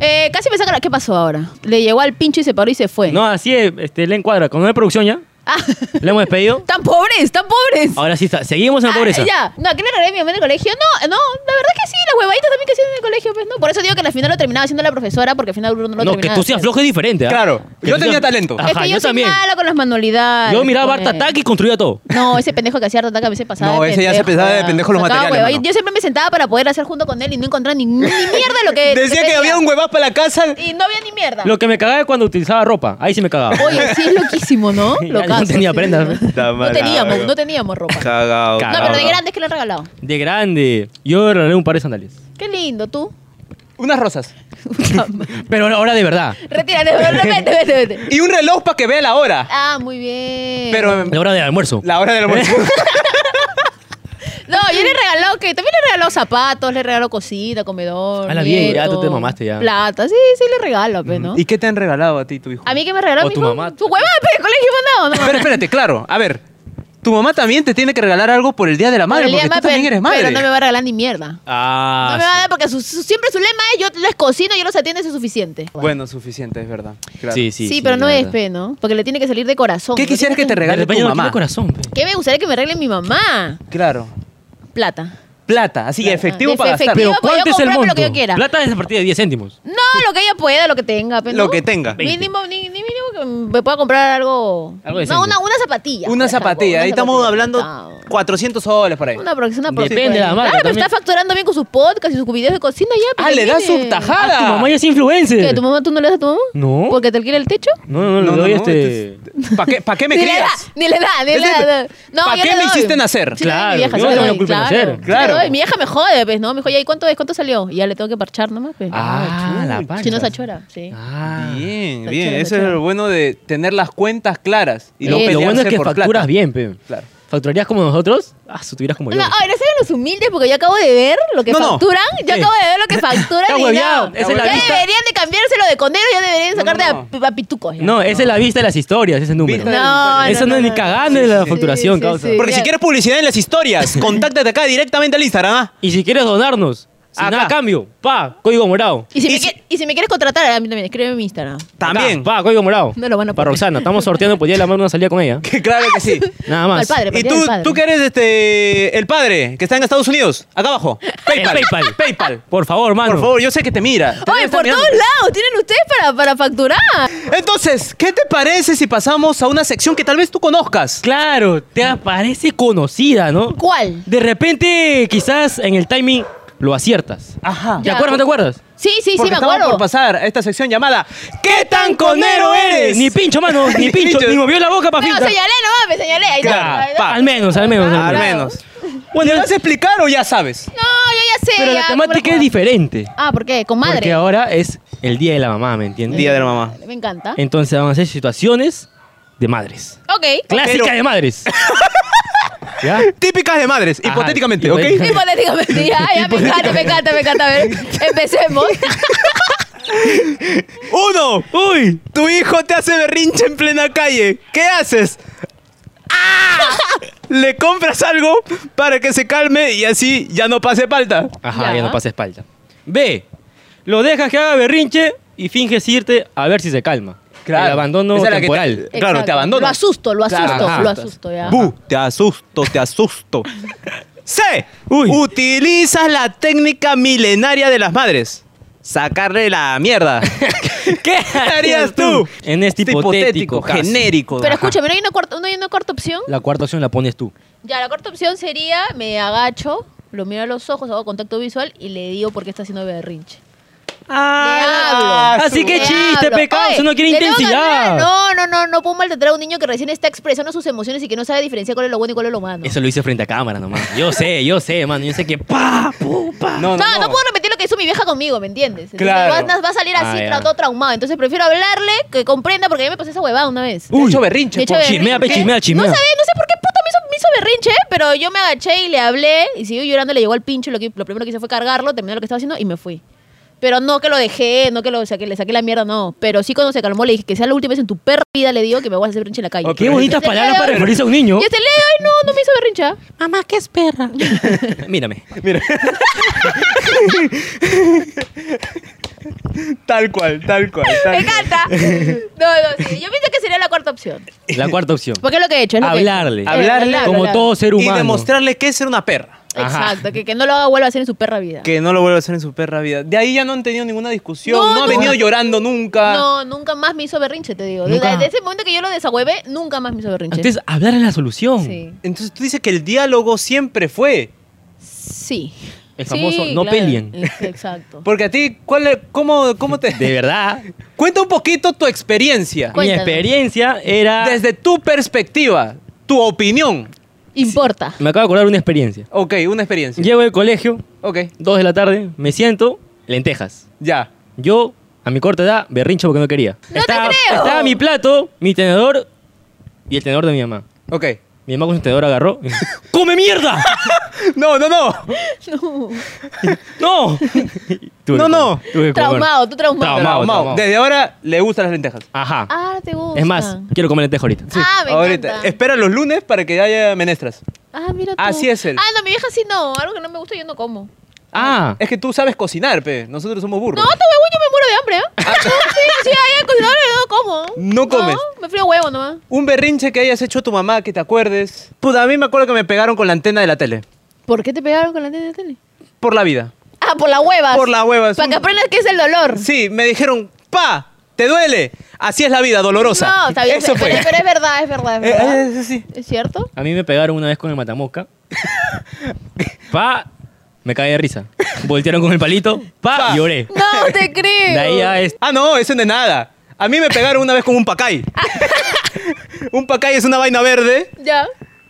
A: Eh, casi me saca la... ¿Qué pasó ahora? Le llegó al pincho y se paró y se fue.
C: No, así es, este, le encuadra. Cuando no hay producción ya,
A: Ah,
C: le hemos despedido.
A: tan pobres, tan pobres.
C: Ahora sí está. Seguimos en la
A: Ah,
C: pobreza.
A: ya. No, ¿qué le regalé a mi mamá en el colegio? No, no, la verdad que sí, las huevaditas también que hacían en el colegio, pues no. Por eso digo que al final lo terminaba haciendo la profesora, porque al final Bruno no lo
C: No, que
A: terminaba.
C: tú seas
A: haciendo.
C: flojo es diferente. ¿ah?
B: Claro,
C: Que
B: yo
C: tú
B: tenía
C: seas-
B: talento.
A: Es
C: Ajá,
A: que
C: yo,
A: yo, soy
C: también.
A: mala con las manualidades.
C: Yo miraba
A: pues.
C: Bart Attack y construía todo.
A: No, ese pendejo que hacía rataca a veces pasaba.
B: No,
A: de
B: ese ya se
A: pendejo,
B: pasaba de
A: ¿verdad?
B: pendejo los
A: Sacaba
B: materiales,
A: hueva.
B: mano.
A: Yo siempre me sentaba para poder hacer junto con él y no encontraba ni, ni mierda lo que. le
B: Decía que
A: pedía.
B: había un huevá para la casa.
A: Y no había ni mierda.
C: Lo que me cagaba es cuando utilizaba ropa. Ahí sí me cagaba.
A: Oye, sí, es loquísimo, ¿no?
C: Ya
A: Locazo,
C: no tenía
A: sí.
C: prendas, ¿no?
B: Está
A: No
B: mal,
A: teníamos,
B: cabrón.
A: no teníamos ropa. No,
B: Cagado.
A: pero de
C: Cagado.
A: grandes que le han regalado.
C: De grande. Yo regalé un par de sandalias.
A: Qué lindo, tú.
B: Unas rosas.
A: Ah.
C: Pero ahora de verdad.
A: Retírate, vete, vete, vete.
B: Y un reloj para que vea la hora.
A: Ah, muy bien.
B: Pero
C: La hora del almuerzo.
B: la hora del almuerzo.
A: No, yo le regaló, que también le regaló zapatos, le regaló cosita, comedor.
C: A la bien, ya,
A: nieto,
C: tú te mamaste ya.
A: Plata, sí, sí le regalo, pero ¿no?
B: ¿Y qué te han regalado a ti tu hijo?
A: A mí que me regaló
C: O
A: mi
C: tu
A: hijo,
C: mamá.
A: Tu hueva, pero el colegio mandado, no.
B: Pero espérate, claro. A ver, tu mamá también te tiene que regalar algo por el Día de la Madre,
A: Pero el
B: porque
A: día
B: tú
A: más,
B: también
A: pero-
B: eres madre.
A: Pero no me va a regalar ni mierda.
C: Ah.
A: no me va a dar porque su- su- siempre su lema es yo les cocino, yo los atiendo, eso es suficiente.
B: Bueno, suficiente, es verdad. Claro.
C: Sí,
A: Sí,
C: sí.
A: pero no
C: la
A: es,
C: verdad.
A: pe, ¿no? Porque le tiene que salir de corazón.
B: ¿Qué
A: no
B: quisieras que
A: tiene
B: te
C: De
B: regale
C: repente
B: tu
C: yo no quiero
B: mamá?
C: corazón. pe.
A: ¿Qué me gustaría que me arregle mi mamá?
B: Claro.
A: Plata.
B: Plata, así que efectivo
A: De-
B: para gastar.
A: efectivo.
C: Pero
A: Iba para
C: ¿cuánto
A: yo
C: es el
A: comprarme
C: monto?
A: lo que yo quiera.
C: Plata es a partir de 10 céntimos.
A: No, lo que ella pueda, lo que tenga. Pero
B: Lo que tenga.
A: Mínimo, ni, ni mínimo que me pueda comprar algo.
C: Algo decente.
A: no, una, una zapatilla.
B: Una
A: por ejemplo,
B: zapatilla.
A: una
B: Ahí estamos
A: zapatilla.
B: hablando
A: Ah,
B: 400 soles por ahí.
A: Una próxima
C: Depende de la marca
A: Claro, pero
C: también.
A: está facturando bien con sus podcasts y sus videos de cocina ya.
B: Ah,
A: pues,
B: le das
A: mire.
B: su
C: Ah, tu
B: tajada.
C: mamá ya es influencer.
A: ¿Qué? ¿Tu mamá tú no le das a tu mamá?
C: No.
A: ¿Porque te alquila el techo?
C: No, no, no, le doy este.
B: ¿Para qué, pa' qué me
A: ni le da,
B: crías?
A: ni le da, ni
B: Es
A: le da.
B: decir,
A: No,
B: ¿pa'
A: yo
B: qué
A: le
B: me
A: doy.
B: hiciste nacer?
A: Sí, le doy,
C: Claro,
A: mi vieja,
C: yo
A: sí
C: no
A: le
C: tengo
A: doy,
C: culpa de
A: claro,
C: nacer.
A: sí le
B: Claro.
A: doy. Mi vieja me jode, pues, ¿no? Me dijo, ya, ¿y cuánto es? ¿Cuánto salió? Y ya le tengo que parchar nomás, pues.
C: Ah, la pancha.
A: Si no se achora, eh. sí.
C: Ah.
B: Bien,
A: Está
B: bien.
A: chévere, está
B: Eso es
A: chévere.
B: lo bueno de tener las cuentas claras. Y no
A: Eso.
C: lo bueno es
B: pelearse
C: que
B: por
C: facturas
B: plata.
C: bien, pe.
B: Claro.
C: ¿Facturarías como nosotros? Ah, si tuvieras como yo.
A: No, ay, no sean los humildes porque yo acabo de ver lo que
B: No, no.
A: facturan. Yo
C: Sí.
A: acabo de ver lo que facturan.
C: Está
A: y
C: hueveado,
A: no.
C: esa
B: es la
A: ya
C: lista.
A: deberían de cambiárselo de condero, ya deberían
B: No,
A: sacarte
B: no,
A: a- a, pitucos. ya.
C: No, esa es la vista de las historias, ese número.
B: Vista de-
C: Eso no es ni cagando de la
A: Sí,
C: facturación,
A: sí,
C: causa.
A: sí.
B: Porque si
A: Ya.
B: quieres publicidad en las historias, contáctate acá directamente al Instagram. ¿ah?
C: Y si quieres donarnos, sin
B: Acá.
C: nada a cambio, pa, código morado.
A: Y si,
B: Y
A: me
B: si-
A: quie- y si me quieres contratar, a mí también, escríbeme en mi Instagram.
B: También.
C: Acá, pa, código morado.
A: No lo van a
C: Para
A: poner.
C: Roxana, estamos sorteando por día de la mano una salida con ella.
B: Que claro que sí.
C: Nada
A: Al
C: más.
A: padre,
B: Y
A: porque
B: tú,
A: el padre.
B: tú que eres este, el padre, que está en Estados Unidos, acá abajo. PayPal.
C: El PayPal.
B: PayPal.
C: Por favor, mano.
B: Por favor, yo sé que te mira. Te debe
A: Oye,
B: estar
A: por
B: mirando.
A: todos lados tienen ustedes para, para facturar.
B: Entonces, ¿qué te parece si pasamos a una sección que tal vez tú conozcas?
C: Claro, te aparece conocida, ¿no?
A: ¿Cuál?
C: De repente, quizás en el timing lo aciertas.
B: Ajá.
C: ¿Te
A: Ya.
C: acuerdas o no te acuerdas?
A: Sí, sí, sí,
B: Porque
A: me
B: estamos
A: acuerdo.
B: por pasar a esta sección llamada ¿Qué tan conero eres?
C: Ni pincho, mano, ni pincho, ni movió la boca para
A: Pero
C: filtrar.
A: señalé, no mames, señalé. ahí está,
B: Claro,
A: ahí está.
B: pa.
C: Al menos, al menos.
A: Ah,
B: Al
A: claro.
B: menos. Bueno, ¿te vas a explicar o ya sabes?
A: No, yo ya sé.
C: Pero la
A: ya, ¿cómo
C: temática
A: la
C: es
A: juego?
C: diferente.
A: Ah, ¿por qué? Con madre.
C: Porque ahora es el día de la mamá, ¿me entiendes?
B: Eh. Día de la mamá.
A: Me encanta.
C: Entonces van a ser situaciones de madres.
A: Ok.
C: Clásica
B: Pero-
C: de madres. ¿Ya?
B: Típicas de madres,
C: Ajá,
B: hipotéticamente, ¿ok?
C: hipotéticamente.
A: Hipotéticamente, ya, ya, me encanta, me encanta, me encanta. A ver, empecemos.
B: Uno. Uy. Tu hijo te hace berrinche en plena calle. ¿Qué haces? ¡Ah! Le compras algo para que se calme y así ya no pase falta.
C: Ajá, ya.
A: Ya.
C: no pasa espalda. B. Lo dejas que haga berrinche y finges irte a ver si se calma. El abandono
B: Esa es la que
C: temporal.
B: te- claro, te
A: Exacto.
B: abandono.
A: Lo asusto, lo
B: Claro,
A: asusto,
C: ajá.
A: lo asusto, ya.
B: Bu, te asusto, te asusto. C.
C: Uy.
B: Utilizas la técnica milenaria de las madres. Sacarle la mierda.
C: ¿Qué
B: harías tú?
C: En este hipotético, caso.
B: genérico.
A: Pero
B: Ajá.
A: escúchame, ¿no hay, una cuarta, ¿no hay una cuarta opción?
C: La cuarta opción la pones tú.
A: Ya, la cuarta opción sería, me agacho, lo miro a los ojos, hago contacto visual y le digo por qué está haciendo berrinche.
B: Ah,
A: Le hablo.
C: Así que
A: Le
C: chiste,
A: hablo.
C: pecado,
A: Oye,
C: eso no quiere
A: le tengo que
C: intensidad.
A: hablar. No, no, no, no puedo maltratar a un niño que recién está expresando sus emociones y que no sabe diferenciar cuál es lo bueno y cuál es lo malo.
C: Eso lo hice frente a cámara nomás. Yo sé, yo sé, mano. Yo sé que pa, pu, pa.
A: No, no, puedo repetir lo que hizo mi vieja conmigo, ¿me entiendes? Entonces,
B: Claro.
A: Va, va a salir así,
C: Ah, ya.
A: tra- todo traumado. Entonces prefiero hablarle, que comprenda, porque a mí me pasó esa huevada una vez.
B: Te he hecho berrinche,
A: De hecho,
B: por-
A: berrinche,
C: chismea, pe,
A: ¿qué?
C: chismea, chismea.
A: No, sabe, no sé por qué puta me hizo, me hizo berrinche, pero yo me agaché y le hablé y siguió llorando, le llegó al pincho, lo, que, lo primero que hice fue cargarlo, terminé lo que estaba haciendo y me fui. Pero no que lo dejé, no que lo saqué, le saqué la mierda, no. Pero sí cuando se calmó le dije que sea la última vez en tu perra vida le digo que me voy a hacer berrinche en la calle.
B: Ok.
C: Qué bonitas
A: Desde el
C: palabras
A: día de
C: para
A: hoy-
C: referirse a un niño.
A: Y hasta el día de hoy no, no me hizo berrinche. ¿ah?
C: Mamá, ¿qué es perra? Mírame.
B: Mira. tal cual, tal cual.
A: Me
B: Tal cual.
A: encanta. No, no, sí. Yo pienso que sería la cuarta opción.
C: La cuarta opción.
A: Porque es lo que he hecho. es lo que he hecho.
C: Hablarle.
A: Eh,
B: Hablarle
A: hablar,
C: Como
A: hablar.
C: todo ser humano.
B: Y demostrarle que es ser una perra.
C: Ajá.
A: Exacto, que, que no lo haga vuelva a hacer en su perra vida.
B: Que no lo vuelva a hacer en su perra vida. De ahí ya no han tenido ninguna discusión, no,
A: No, no.
B: ha venido llorando nunca.
A: No, nunca más me hizo berrinche, te digo.
C: Nunca.
A: Desde, desde ese momento que yo lo desahuevé, nunca más me hizo berrinche.
C: Entonces, hablar es la solución.
A: sí.
B: Entonces tú dices que el diálogo siempre fue.
A: Sí.
C: El
A: Sí,
C: famoso no
A: claro.
C: peleen.
A: Ex- Exacto.
B: Porque a ti, ¿cuál, es- cómo, ¿cómo te...?
C: De verdad.
B: Cuenta un poquito tu experiencia.
A: Cuéntanos.
C: Mi experiencia era.
B: Desde tu perspectiva, tu opinión.
A: Importa.
C: Me acabo de acordar una experiencia.
B: Ok, una experiencia.
C: Llego del colegio,
B: Ok,
C: 2 de la tarde, me siento, lentejas.
B: ya.
C: Yo, a mi corta edad, berrincho porque no quería.
A: ¡No te creo!
C: Estaba mi plato, mi tenedor y el tenedor de mi mamá.
B: Ok.
C: Mi mamá con su tenedor agarró. y- ¡Come mierda!
B: No, no, no.
C: ¡No! Tuve
B: No, no.
C: que comer, tuve que comer.
A: Traumado, tú traumado.
C: Traumado.
B: Mau, Mau,
C: Mau.
B: Desde ahora le gustan las lentejas.
C: Ajá.
A: Ah, te gusta.
C: es más, quiero comer lenteja ahorita.
A: Ah, me
B: Ahorita.
A: encanta.
B: Espera los lunes para que haya menestras.
A: Ah, mira tú.
B: Así es él.
A: Ah, no, mi vieja sí no. Algo que no me gusta yo no como.
C: Ah,
B: Es que tú sabes cocinar, pe. Nosotros somos burros.
A: No, te huevo, yo me muero de hambre, ¿eh? sí, sí, ahí en cocinador no como.
B: No comes.
A: me frío huevo nomás.
B: Un berrinche que hayas hecho a tu mamá, que te acuerdes. Puta, a mí me acuerdo que me pegaron con la antena de la tele.
A: ¿Por qué te pegaron con la antena de tele?
B: Por la vida.
A: Ah, por la hueva.
B: Por la hueva, es
A: Para
B: un-
A: que aprendas qué es el dolor.
B: Sí, me dijeron, pa, ¿Te duele? Así es la vida, dolorosa.
A: No, está bien.
B: Eso
A: pero,
B: fue.
A: pero es verdad, es verdad, es
B: Eh,
A: verdad.
B: eh, eso sí.
A: ¿Es cierto?
C: A mí me pegaron una vez con el matamosca. pa. Me caí de risa. Voltearon con el palito. Pa.
B: Pa.
C: Lloré.
A: No te creo.
C: De ahí a este, es.
B: Ah, no, eso no es nada. A mí me pegaron una vez con un pacay. un pacay es una vaina verde.
A: Ya.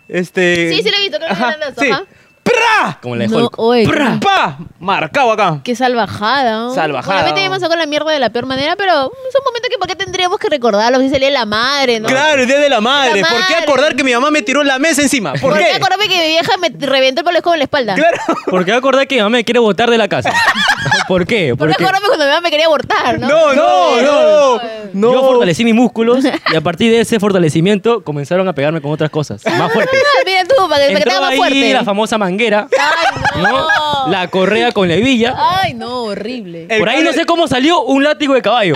B: Este.
A: Sí, sí lo he visto, creo que
B: Ajá,
A: eran dos,
B: sí.
A: ajá.
B: ¡Pra!
C: Como la de
A: No, oh.
C: Hulk.
A: oye.
C: ¡Pra!
B: ¡Pa! Marcado acá.
A: Qué salvajada. ¿no?
B: Salvajada.
A: Obviamente ya me sacó la mierda de la peor manera, pero es un momento que ¿para qué tendríamos que recordarlo? Si se lee la madre, ¿no?
B: Claro, el día de la madre.
A: La
B: ¿Por qué
A: madre.
B: acordar que mi mamá me tiró la mesa encima? ¿Por, qué?
A: acordarme que mi vieja me reventó el colegio en la espalda?
B: Claro.
C: Porque acordé que mi mamá me quiere botar de la casa. ¿Por qué?
A: ¿Por qué
C: Porque
A: acordarme cuando mi mamá me quería abortar, no?
B: No, no, no. No.
C: yo fortalecí mis músculos y a partir de ese fortalecimiento comenzaron a pegarme con otras cosas. Más fuertes.
A: Ah, mira tú, para que, para que te haga
C: Entraba
A: más
C: ahí
A: fuerte.
C: la famosa manguera.
A: Ay, no. Ah.
C: ¿no? La correa con la hebilla.
A: Ay, no, horrible.
B: El
C: Por ahí
B: cable-
C: no sé cómo salió un látigo de caballo.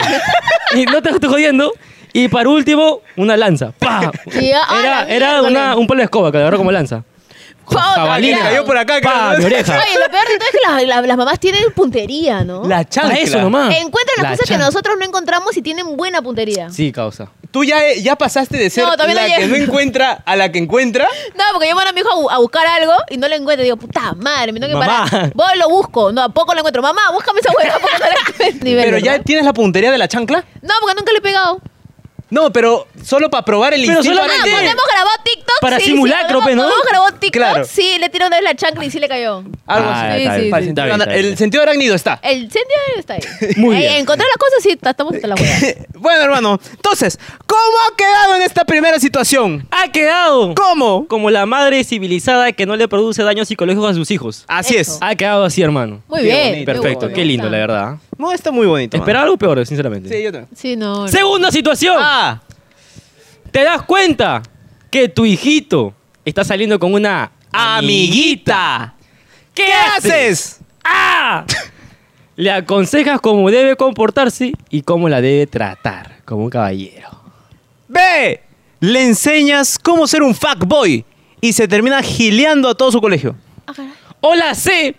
C: y no te estoy jodiendo. Y para último, una lanza. ¡Pah!
A: Sí, ah,
C: Era,
A: la
C: era
A: miércoles.
C: una- un palo de escoba que agarró como lanza.
A: Puta,
C: jabalí.
A: mira.
B: Que cayó por acá,
C: ¡Pah!
B: claro.
C: Mi oreja.
A: Oye, lo peor de todo es que las, las- las mamás tienen puntería, ¿no?
B: La chancla.
C: Pa' eso nomás.
A: Encuentran las
C: La
A: cosas que
C: chancla.
A: nosotros no encontramos y tienen buena puntería.
C: Sí, causa.
B: Tú ya, ya pasaste de ser
A: No, todavía no
B: la
A: llego.
B: que no encuentra a la que encuentra.
A: No, porque yo mando a mi hijo a bu- a, buscar algo y no lo encuentro. Digo, puta madre, me tengo que
C: Mamá.
A: parar. Voy y lo busco. No, a poco lo encuentro. Mamá, búscame esa hueá porque no la encuentro. Nivel,
B: pero ya
A: ¿verdad?
B: tienes la puntería de la chancla.
A: No, porque nunca le he pegado.
B: No, pero solo para probar el
C: Pero
B: instinto.
A: Ah,
C: solamente-
B: animal.
A: cuando hemos grabado TikTok.
C: Para
A: sí, sí,
C: simulacro,
A: cuando
C: pe, ¿no?
A: cuando Hemos grabado TikTok.
B: Claro.
A: Sí, le tiró una vez la chancla y sí le cayó.
B: Algo
C: Ah,
B: así.
A: sí, sí,
B: Para el
A: sí.
B: sentido-
C: Está bien, está bien.
B: El sentido arácnido está.
A: El sentido está ahí.
C: Muy
A: Ahí,
C: bien.
A: Encontrar las cosas, sí, está- estamos hasta la hueá.
B: bueno, hermano. Entonces, ¿cómo ha quedado en esta primera situación?
C: ¡Ha quedado!
B: ¿Cómo?
C: Como la madre civilizada que no le produce daños psicológicos a sus hijos.
B: Así
A: Eso.
B: es.
C: Ha quedado así, hermano.
A: Muy
B: Ah, Qué
A: bien.
B: bonito,
A: me
C: Perfecto.
A: gusta,
C: Qué
A: me
C: lindo,
A: gusta.
C: la verdad.
B: No, está muy bonito. mano.
C: Esperaba algo peor, sinceramente.
B: Sí, yo también.
A: Sí, no. no.
C: Segunda situación.
B: Ah,
C: ¿Te das cuenta que tu hijito está saliendo con una
B: amiguita.
C: ¿Qué,
B: ¿Qué haces?
C: ¡Ah! Le aconsejas cómo debe comportarse y cómo la debe tratar como un caballero.
B: B. Le enseñas cómo ser un fuckboy y se termina gileando a todo su colegio.
C: O la C.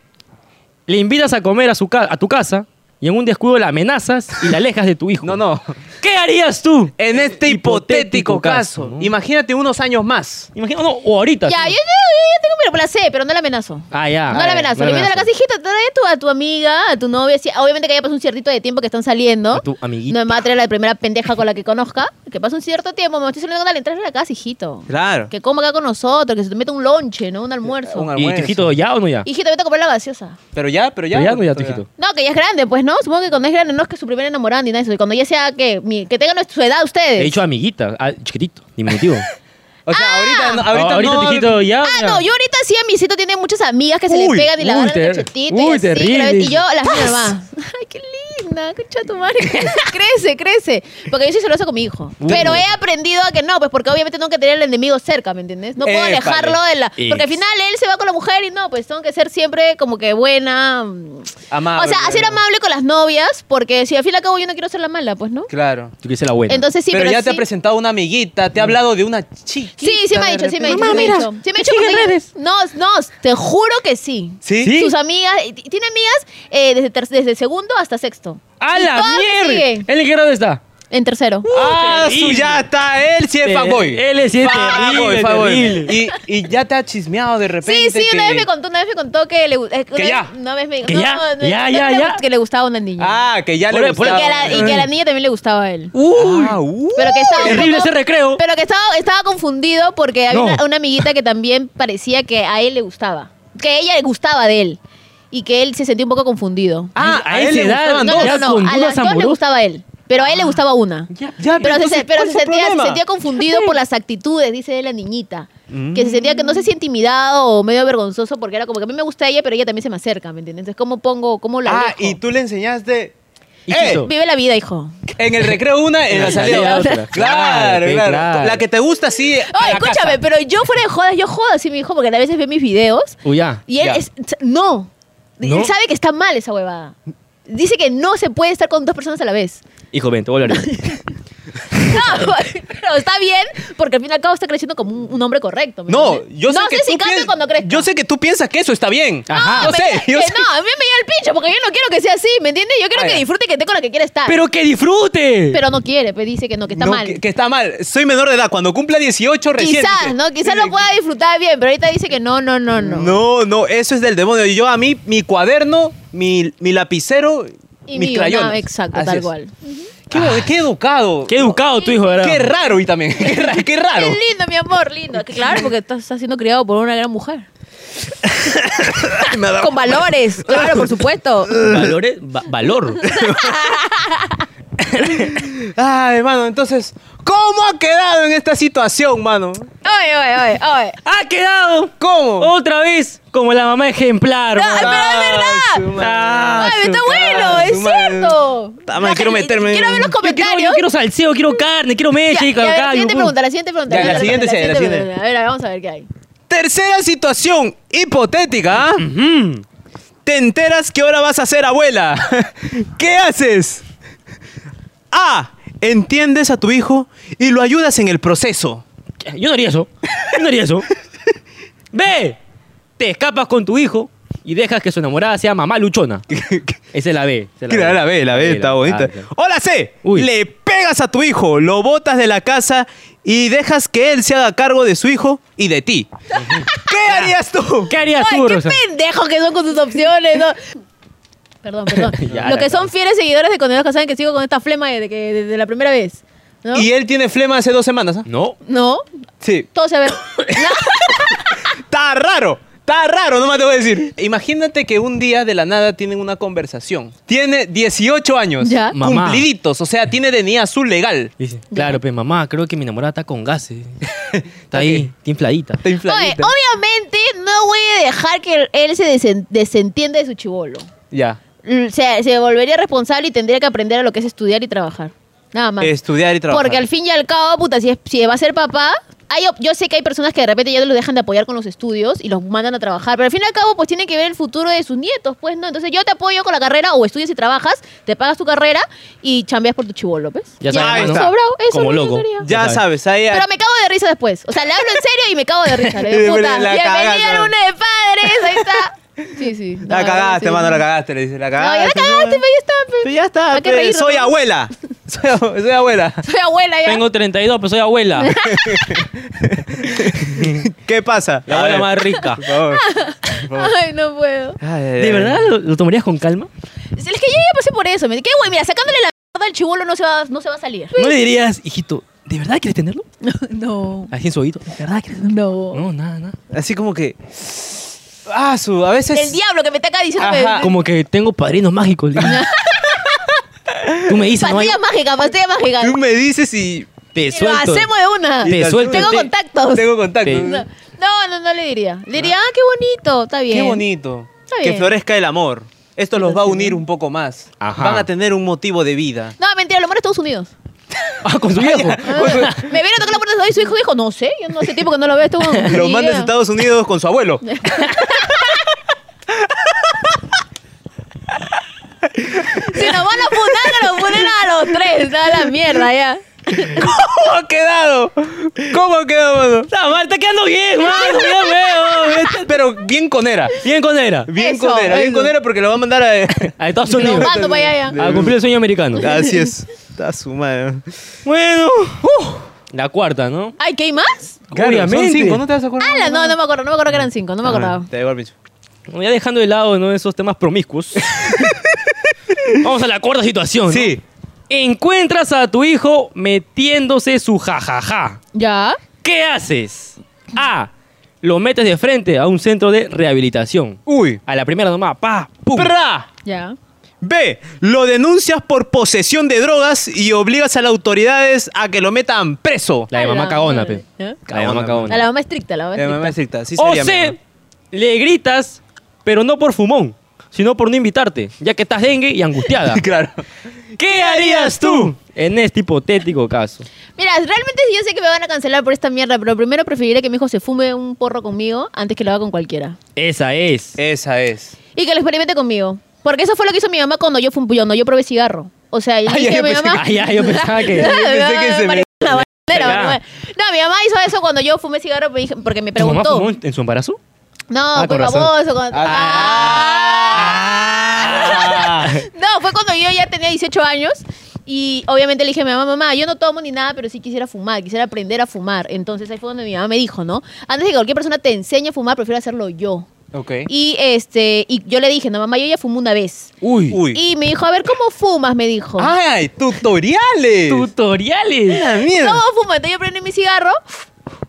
C: Le invitas a comer a, su ca- a tu casa y en un descuido la amenazas y la alejas de tu hijo.
B: No, no.
C: ¿Qué harías tú?
B: En este hipotético,
C: Hipotético
B: caso,
C: caso, ¿no?
B: imagínate unos años más.
C: Imagina, no, o ahorita.
A: Ya,
C: ¿no?
A: yo, yo- yo tengo mi la sé, pero no la amenazo.
C: Ah, ya.
A: No la amenazo. Le viene a la casa, hijita, trae tu- a tu amiga, a tu novia. sí, Obviamente que haya pasado un ciertito de tiempo que están saliendo.
C: A tu amiguita.
A: No me va a traer a la primera pendeja con la que conozca. Que pasa un cierto tiempo, me estoy saliendo con alguien, trae a la casa, hijito.
B: Claro.
A: Que coma acá con nosotros, que se te meta un lonche, ¿no? Un almuerzo.
B: Un al-
C: ¿Y tu hijito ya o no ya?
A: Hijito, vete a comprar la gaseosa.
B: Pero ya, pero ya.
C: Pero ya no ya tu
B: todavía.
C: hijito.
A: No, que ya es grande, pues, ¿no? Supongo que cuando es grande no es que su primer enamorado ni nada de eso. Cuando ya sea que, mi- que tengan su edad ustedes.
C: He dicho amiguita, ah, chiquitito, diminutivo.
B: O sea, ahorita, no- Ah. ahorita,
C: ahorita
B: no.
C: tu hijito ya.
A: Ah,
C: ya.
A: no, yo ahorita sí a mi hijito tiene muchas amigas que se
C: Uy,
A: le pegan y le
C: uy,
A: agarran el
C: ter-
A: cachetito
C: uy,
A: y así. que la
C: terrible.
A: ves- y yo las mías más. Ay, qué linda, concha de tu madre. crece, crece. Porque yo soy celosa con mi hijo.
C: Uy.
A: Pero he aprendido a que no, pues porque obviamente tengo que tener al enemigo cerca, ¿me entiendes? No puedo
B: Épale.
A: alejarlo de la... Porque al
C: Ex.
A: final él se va con la mujer y no, pues tengo que ser siempre como que buena... mm, O
B: Amable.
A: sea, ser amable con las novias, porque si al fin y al cabo yo no quiero ser la mala, pues, ¿no?
B: Claro.
C: Tú quieres ser la buena.
A: Entonces sí,
B: pero,
A: pero,
B: ya te ha
A: sí-
B: presentado una amiguita, te ha hablado de una chiquita.
A: Sí, sí me ha
B: de
A: dicho, sí me ha
B: repente.
A: dicho. sí me ha dicho. Sí me ha dicho porque yo- No, no, te juro que sí.
B: ¿Sí?
C: ¿Sí?
A: Sus amigas, y t- tiene amigas eh, desde, ter- desde segundo hasta sexto.
C: ¡A
A: Y
C: la
A: todas me
C: mierda! Uh,
A: siguen.
C: ¿En qué grado está?
A: En tercero.
B: Ah, su
C: terrible.
B: ya está. Él sí es fuckboy.
C: Él es el
B: Fuckboy,
C: terrible,
B: fuckboy.
C: terrible.
B: Y, y ya te ha chismeado de repente.
A: Sí, sí, una
B: que-
A: vez me contó, una vez me contó que le gu- eh, una
B: Que
A: vez-
B: ya.
A: Una vez me
C: Que
A: no,
C: ya,
A: no, no,
C: ya, ya,
A: que le-
C: ya.
A: Que le gustaba una niña.
B: Ah, que ya le
C: Por- por-
A: y, que a
B: gustaba.
A: la, e-, y que a la niña también le gustaba a él.
C: Uy,
B: Ah, uh.
A: Pero que estaba un
C: terrible
A: poco-
C: ese recreo.
A: Pero que estaba, estaba confundido porque había
C: No.
A: una, una amiguita que también parecía que a él le gustaba. Que ella le gustaba de él. Y que él se sentía un poco confundido.
B: Ah,
C: A
B: a él
C: esa
B: le
A: No,
C: edad,
B: gustaban
A: no,
B: dos.
A: no,
C: ya
A: no,
C: con
A: A
C: dudas
A: las dos le
C: amorosas.
A: gustaba a él. Pero a él le gustaba una.
C: Ya,
B: ya,
A: pero, se,
B: Ah, entonces,
A: pero
B: ¿cuál
A: se
B: fue el
A: sentía, se
B: problema?
A: sentía confundido por las actitudes, dice la niñita. Que se sentía que no sé
B: Mm.
A: si intimidado o medio vergonzoso porque era como que a mí me gusta ella, pero ella también se me acerca, ¿me entiendes? Entonces, ¿cómo pongo, cómo la
B: Ah,
A: alejo?
B: y tú le enseñaste. eh,
C: Hijito.
A: Vive la vida, hijo.
B: En el recreo una, en la salida otra. Claro,
C: Claro,
B: claro.
C: claro.
B: La que te gusta, sí. a
A: Ay,
B: la casa.
A: escúchame, pero yo fuera de jodas, yo jodo así mi hijo porque a veces ve mis videos
C: Uy, ya.
A: y él
B: Ya.
A: es... No.
C: ¿No?
A: Él sabe que está mal
B: Mm.
A: esa huevada. Dice que no se puede estar con dos personas a la vez.
C: Hijo, ven, te voy a hablar.
A: No, pero está bien, porque al fin y al cabo está creciendo como un, un hombre correcto. ¿me
B: No,
A: entiendes?
B: yo sé
A: no
B: que
A: sé si
B: tú
A: cambia
B: piens-
A: cuando crezca.
B: Yo sé que tú piensas que eso está bien.
C: Ajá.
B: Yo
A: me-
B: sé,
A: que
B: yo sé.
A: No, a mí me llega el pincho porque yo no quiero que sea así, ¿me entiendes? Yo quiero
B: Ah,
A: que
B: ya.
A: disfrute y que esté con la que quiere estar.
C: ¡Pero que disfrute!
A: Pero no quiere, pues dice que no, que está
B: No,
A: mal.
B: Que, que está mal. Soy menor de edad. Cuando cumpla 18 recién.
A: Quizás,
B: dice.
A: ¿no? Quizás lo pueda disfrutar bien, pero ahorita dice que no, no, no, no.
B: No, no, eso es del demonio. Y Yo a mí, mi cuaderno, mi, mi lapicero,
A: y
B: mis
A: mío,
B: crayones.
A: no, exacto,
B: Así
A: tal
B: es.
A: cual.
B: Qué, qué educado.
C: Qué educado tu hijo, ¿verdad?
B: Qué raro y también. Qué, ra- qué raro.
A: Qué lindo, mi amor, lindo. Que Claro, porque estás, estás siendo criado por una gran mujer.
B: Me ha dado-
A: Con valores, claro, por supuesto.
C: Valores, va- valor.
B: Ay, mano, entonces, ¿cómo ha quedado en esta situación, mano?
A: Oye, oye, oye, oye.
C: ¡Ha quedado!
B: ¿Cómo?
C: Otra vez como la mamá ejemplar.
A: No,
C: mano.
A: pero es
B: Ay, su
A: verdad.
B: madre.
C: Ah,
A: Ay,
C: su
A: está bueno,
B: madre,
A: es
B: su madre.
A: cierto.
B: Está mal,
A: La
B: quiero
A: gente-
B: meterme en-
A: Quiero ver los
C: Yo quiero,
A: comentarios.
C: yo quiero salseo, quiero carne, quiero
A: Ya,
C: mecha y
A: ya, a ver, la
C: calcaño.
A: siguiente pregunta, la siguiente pregunta.
B: uh. Ya,
A: a ver,
B: la siguiente, sí, la siguiente.
A: pregunta. A ver, a ver, vamos a ver qué hay.
B: Tercera situación hipotética. ¿ah?
C: Mm.
B: Te enteras que ahora vas a ser abuela. ¿Qué haces? A. Entiendes a tu hijo y lo ayudas en el proceso.
C: Yo no haría eso. Yo no haría eso. B. Te escapas con tu hijo y dejas que su enamorada sea mamá luchona. Esa es la B. esa es
B: Claro, la B, la B está bonita.
C: ah, claro.
B: Hola C.
C: Uy.
B: Le pegas a tu hijo, lo botas de la casa y dejas que él se haga cargo de su hijo y de ti. ¿Qué harías tú?
C: ¿Qué harías
A: Ay,
C: tú,
A: qué
C: Rosa?
A: pendejos que son con sus opciones. ¿no? Perdón, perdón.
C: Ya,
A: Los
C: la
A: que son fieles seguidores de Conejos que saben que sigo con esta flema desde, que, desde la primera vez. ¿No?
B: Y él tiene flema hace dos semanas. ¿ah?
C: No.
A: No,
B: Sí.
A: todo se ve.
B: Está raro. Está raro, no más te voy a decir. Imagínate que un día de la nada tienen una conversación. Tiene 18 años.
A: Ya.
C: Mamá.
B: Cumpliditos. O sea, tiene DNI azul legal.
C: Dice, claro, pues mamá, creo que mi enamorada está con gases. Está ahí, está infladita.
B: Está
A: Oye,
B: infladita.
A: obviamente no voy a dejar que él se desen- desentienda de su chivolo.
B: Ya.
A: Se, se volvería responsable y tendría que aprender a lo que es estudiar y trabajar. Nada más.
B: Estudiar y trabajar.
A: Porque al fin y al cabo, puta, si, es- si va a ser papá, hay op- yo sé que hay personas que de repente ya los dejan de apoyar con los estudios y los mandan a trabajar, pero al fin y al cabo, pues tiene que ver el futuro de sus nietos, pues, ¿no? Entonces yo te apoyo con la carrera o estudias y trabajas, te pagas tu carrera y chambeas por tu chivolo, ¿ves?
C: Ya sabes,
A: eso,
B: ¿no?
A: bravo, eso
C: Como
A: es lo que
C: loco.
A: yo quería.
B: Ya
C: Ya
B: sabes, ahí
A: Pero me cago de risa después. O sea, le hablo en serio y me cago de risa. Le
B: De
A: digo, puta,
B: verdad, la
A: bienvenido
B: cagaste.
A: al lunes de padres, ahí está. Sí, sí.
B: La
A: No,
B: cagaste,
A: sí.
B: mano, la cagaste, le dice. La
A: No, ya la
B: cagaste.
A: cagaste, pues, ya está, pues.
B: Pero ya está.
A: Hay que
B: pe,
A: reírnos,
B: soy
A: ¿no?
B: abuela. Soy, ab- soy abuela.
A: Soy abuela ya.
C: Tengo 32, pero soy abuela.
B: ¿Qué pasa?
C: La
B: A
C: abuela
B: ver,
C: más rica.
B: Por favor. Por favor.
A: Ay, no puedo.
B: Ay, ay,
C: ¿De
B: ay.
C: verdad lo, lo tomarías con calma?
A: Es que yo ya pasé por eso. me- Qué güey, mira, sacándole la mierda al chibolo no se va, no se va a salir.
C: ¿No le dirías, hijito, ¿de verdad quieres tenerlo?
A: No,
C: Así en su oído. ¿De verdad quieres tenerlo?
A: no.
C: No, nada, nada.
B: Así como que. Ah, su. A veces.
A: El diablo que me está acá diciendo
B: Ajá.
A: que...
C: Como que tengo padrinos mágicos. le digo. Tú me dices, no hay...
A: Pastilla mágica, pastilla mágica.
B: Tú me dices y.
C: Te
A: Lo
C: suelto.
A: hacemos de una.
C: Te
A: Tengo
C: suelto.
A: Tengo
C: Te-
A: contactos.
B: Tengo contacto.
C: Te-
A: No, no, no, no le diría. Le diría, ah, qué bonito, está bien.
B: Qué bonito.
A: Está
B: Que
A: bien.
B: florezca el amor. Esto los va a unir un poco más.
C: Ajá.
B: Van a tener un motivo de vida.
A: No, mentira, lo malo es Estados Unidos. Ah.
C: Ah, con su viejo.
A: Me viene a tocar la puerta de su hijo dijo, no sé, yo no hace tiempo que no lo veo. Este huevón.
B: Lo
A: Ni
B: mandas a
A: idea.
B: Estados Unidos con su abuelo.
A: Si nos van a funar, que nos funen a los tres. Da la mierda ya.
B: ¿Cómo ha quedado? ¿Cómo ha quedado, mano?
C: Está mal, está quedando bien, mano. Ya veo.
B: Pero bien conera.
C: Bien con era.
B: Bien
A: Eso,
B: conera, bien
A: eso.
B: conera porque lo va a mandar a.
C: A Estados
A: Lo
C: Unidos.
A: mando para allá
B: pues.
A: ya.
C: A cumplir el sueño americano.
B: Así es. Está su madre.
C: Bueno. uh, La cuarta, ¿no?
A: Ay, ¿qué hay más?
B: Uh. Son
C: Obviamente.
B: cinco, ¿no te vas a acordar?
A: Ala, no, no me acuerdo, no me acuerdo que eran cinco, no me acordaba.
B: Ah, Te da igual, pincho.
C: Ya dejando de lado ¿no? esos temas promiscuos. Vamos a la cuarta situación. ¿no?
B: Sí.
C: Encuentras a tu hijo metiéndose su jajaja.
A: ¿Ya?
C: ¿Qué haces? A. Lo metes de frente a un centro de rehabilitación.
B: Uy.
C: A la primera nomás, pa, pum.
B: ¡Pra!
A: Ya.
B: B. Lo denuncias por posesión de drogas y obligas a las autoridades a que lo metan preso.
C: La de mamá
A: Ala,
C: cagona,
A: madre.
C: pe.
A: ¿Eh?
C: La de mamá
A: A
C: cagona.
A: la mamá estricta, la mamá
B: Eh, mamá
A: estricta.
B: estricta, sí
C: O
B: sería mi
C: C.
B: mamá.
C: Le gritas, pero no por fumón, sino por no invitarte, ya que estás dengue y angustiada.
B: Claro.
C: ¿Qué harías tú en este hipotético caso?
A: Mira, realmente yo sé que me van a cancelar por esta mierda, pero primero preferiré que mi hijo se fume un porro conmigo antes que lo haga con cualquiera.
C: Esa es.
B: Esa es.
A: Y que lo experimente conmigo. Porque eso fue lo que hizo mi mamá cuando yo, fum- yo, no, yo probé cigarro. O sea, yo
C: Ah,
B: Ay,
A: dije
B: ay,
A: a mi
B: yo pensé-
A: mamá.
C: ay, ay, yo pensaba que- yo
B: pensé que se me-
A: La bandera,
C: Claro.
A: bueno, bueno. No, mi mamá hizo eso cuando yo fumé cigarro me dijo- porque me
C: ¿Tu mamá
A: preguntó.
C: fumó en en su embarazo?
A: No,
C: Ah,
A: fue
C: con razón.
A: baboso. cuando-
B: Ah.
A: No, fue cuando yo ya tenía 18 años y obviamente le dije a mi mamá, mamá, yo no tomo ni nada, pero sí quisiera fumar, quisiera aprender a fumar. Entonces ahí fue donde mi mamá me dijo, ¿no? Antes de que cualquier persona te enseñe a fumar, prefiero hacerlo yo.
B: Ok.
A: Y este, y yo le dije, no, mamá, yo ya fumé una vez.
C: Uy.
B: Uy.
A: Y me dijo, a ver, ¿cómo fumas? Me dijo.
B: ¡Ay! ¡Tutoriales!
C: Tutoriales.
B: ¡La mierda!
A: ¿Cómo fumas? Entonces yo prendí mi cigarro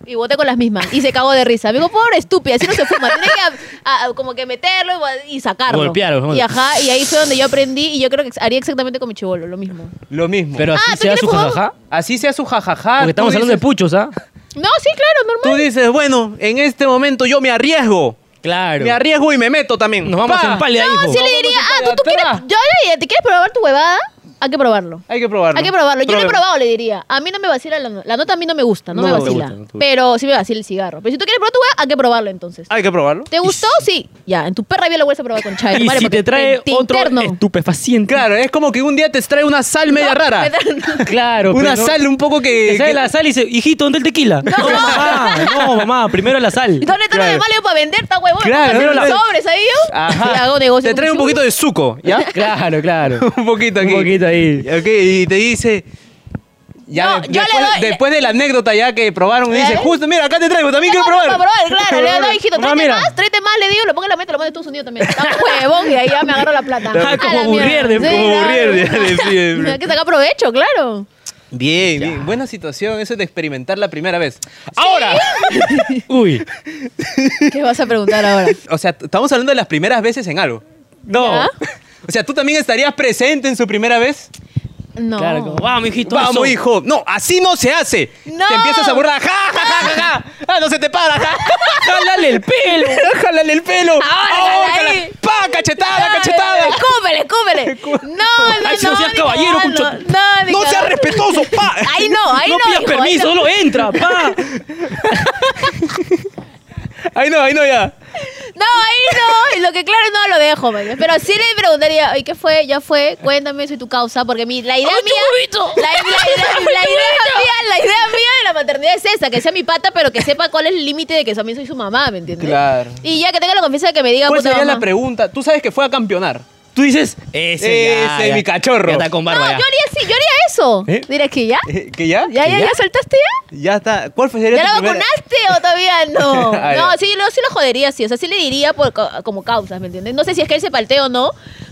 A: y boté con las mismas. Y se cagó de risa. Me dijo, pobre estúpida, así no se fuma. Tienes que a- a- como que meterlo y bo- y, sacarlo.
C: Golpearlo.
A: Y ajá, y ahí fue donde yo aprendí y yo creo que haría exactamente con mi chivolo, lo mismo.
B: Lo mismo.
C: Pero
A: Ah, ¿tú
C: así sea
A: quieres
C: su
A: fumar?
C: jajaja.
B: así sea su jajaja.
C: Porque estamos
B: tú
C: hablando de
B: dices-
C: puchos, ¿ah?
A: No, sí, claro, normal.
B: Tú dices, bueno, en este momento yo me arriesgo.
C: Claro.
B: Me arriesgo y me meto también.
C: Nos vamos
B: ¡Pa!
C: en pálida,
A: No,
C: hijo.
A: sí le diría,
B: vamos
A: ah,
B: para
A: tú, tú quieres,
B: atrás.
A: yo le diría, ¿te quieres probar tu huevada? Hay que probarlo.
B: Hay que probarlo.
A: Hay que probarlo. Yo lo he
B: Problema.
A: probado, le diría. A mí no me vacila la, no- la nota, a mí no me gusta, no,
C: No,
A: me
C: no te
A: vacila.
C: gusta, no te gusta.
A: Pero sí me vacila el cigarro. Pero si tú quieres probar tu huevada, hay que probarlo entonces.
B: Hay que probarlo.
A: ¿Te gustó? Sí. Ya, en tu perra vida lo vuelves a probar con chai.
C: Y si te trae otro
A: interno.
C: estupefaciente.
B: Claro, es como que un día te trae una sal media rara.
C: Claro.
B: Una
C: pero-
B: sal un poco que...
C: Te sale
B: que-
C: la sal y dice, hijito, ¿dónde el tequila? No, mamá, no, mamá, primero la sal.
A: ¿Dónde está lo
B: Claro.
A: de malo para vender? Está huevón.
B: Claro,
A: Claro,
B: no, la-
A: sobres ahí yo.
B: Ajá.
A: Y hago negocio.
B: Te
A: con
B: trae un
A: seguro.
B: poquito de suco, ¿ya?
C: Claro, claro.
B: un poquito
C: Un
B: aquí.
C: poquito ahí.
B: Ok, y te dice... Ya
A: No,
B: de-
A: yo le
B: después,
A: doy-
B: después de la anécdota ya que probaron,
A: ¿Eh?
B: dice, justo, mira, acá te traigo, también quiero
A: Vamos
B: probar. Ah,
A: a probar, claro. Le digo, no, hijito,
C: Mamá,
A: tráete
C: mira.
A: más, tráete más, le digo, lo pongo en la meta, lo mando a Estados Unidos también. Está huevón y ahí ya me agarro la plata.
C: Ah,
A: A
C: como
A: la mierda.
C: Burrierde,
A: Sí,
B: como
A: claro.
B: Burrierde, ya le siempre.
A: Hay que sacar provecho, claro.
B: Bien, bien. Buena situación, eso de experimentar la primera vez. Ahora,
C: Uy.
A: ¿Qué vas a preguntar ahora?
B: o sea, t- estamos hablando de las primeras veces en algo.
C: No.
A: ¿Ya?
B: O sea, ¿tú también estarías presente en su primera vez?
A: No.
C: Claro, como, "Ah, vamos, hijito. eso".
B: Vamos, hijo. No, así no se hace.
A: No.
B: Te empiezas a burlar. Ja, ja, ja, ja, ja. Ah, no se te para. Ja.
C: Jálale el pelo.
B: Jálale el pelo.
A: Ahora, jala Ah, ahí.
B: jala. Pa, cachetada,
A: Claro,
B: cachetada.
A: Escúpele, escúpele. No, no,
C: Ay, si no
A: no,
C: seas
A: ni
C: caballero,
A: cagando.
C: concho-
A: No, ni
B: No seas
A: cagando.
B: respetuoso, pa.
A: Ahí no, ahí no.
C: no pidas
A: hijo, ahí
C: permiso,
A: no.
C: solo entra, pa.
B: Ahí no, ahí no ya.
A: No, ahí no. Y Lo que claro no lo dejo, man. Pero sí le preguntaría, ¿y qué fue? ¿Ya fue? Cuéntame, soy tu causa. Porque mi, la idea mía. La, la- la- la idea mía, la idea mía de la maternidad es esa, que sea mi pata, pero que sepa cuál es el límite de que también soy su mamá, ¿me entiendes?
B: Claro.
A: Y ya pues, que tenga la confianza de que me diga
B: ¿Cuál
A: puta
B: sería la
A: mamá.
B: pregunta? Tú sabes que fue a campeonar.
C: Tú dices, ese, ya,
B: Ese,
C: ya.
B: mi cachorro.
C: Ya está con
A: No, yo
C: barba ya.
A: haría sí, yo haría eso.
B: ¿Eh?
A: Dirás que ya.
B: Eh, ¿Que ya?
A: ¿Ya,
B: ¿Que
A: ya, ya, soltaste ya?
B: Ya está. ¿Cuál fue sería
A: ¿Ya
B: tu
A: la
B: primera-
A: vacunaste o todavía no?
B: Ah,
A: no,
B: ya.
A: sí, lo, sí lo jodería, sí. O sea, sí le diría por, ca- como causas, ¿me entiendes? No sé si es que él se paltea o no,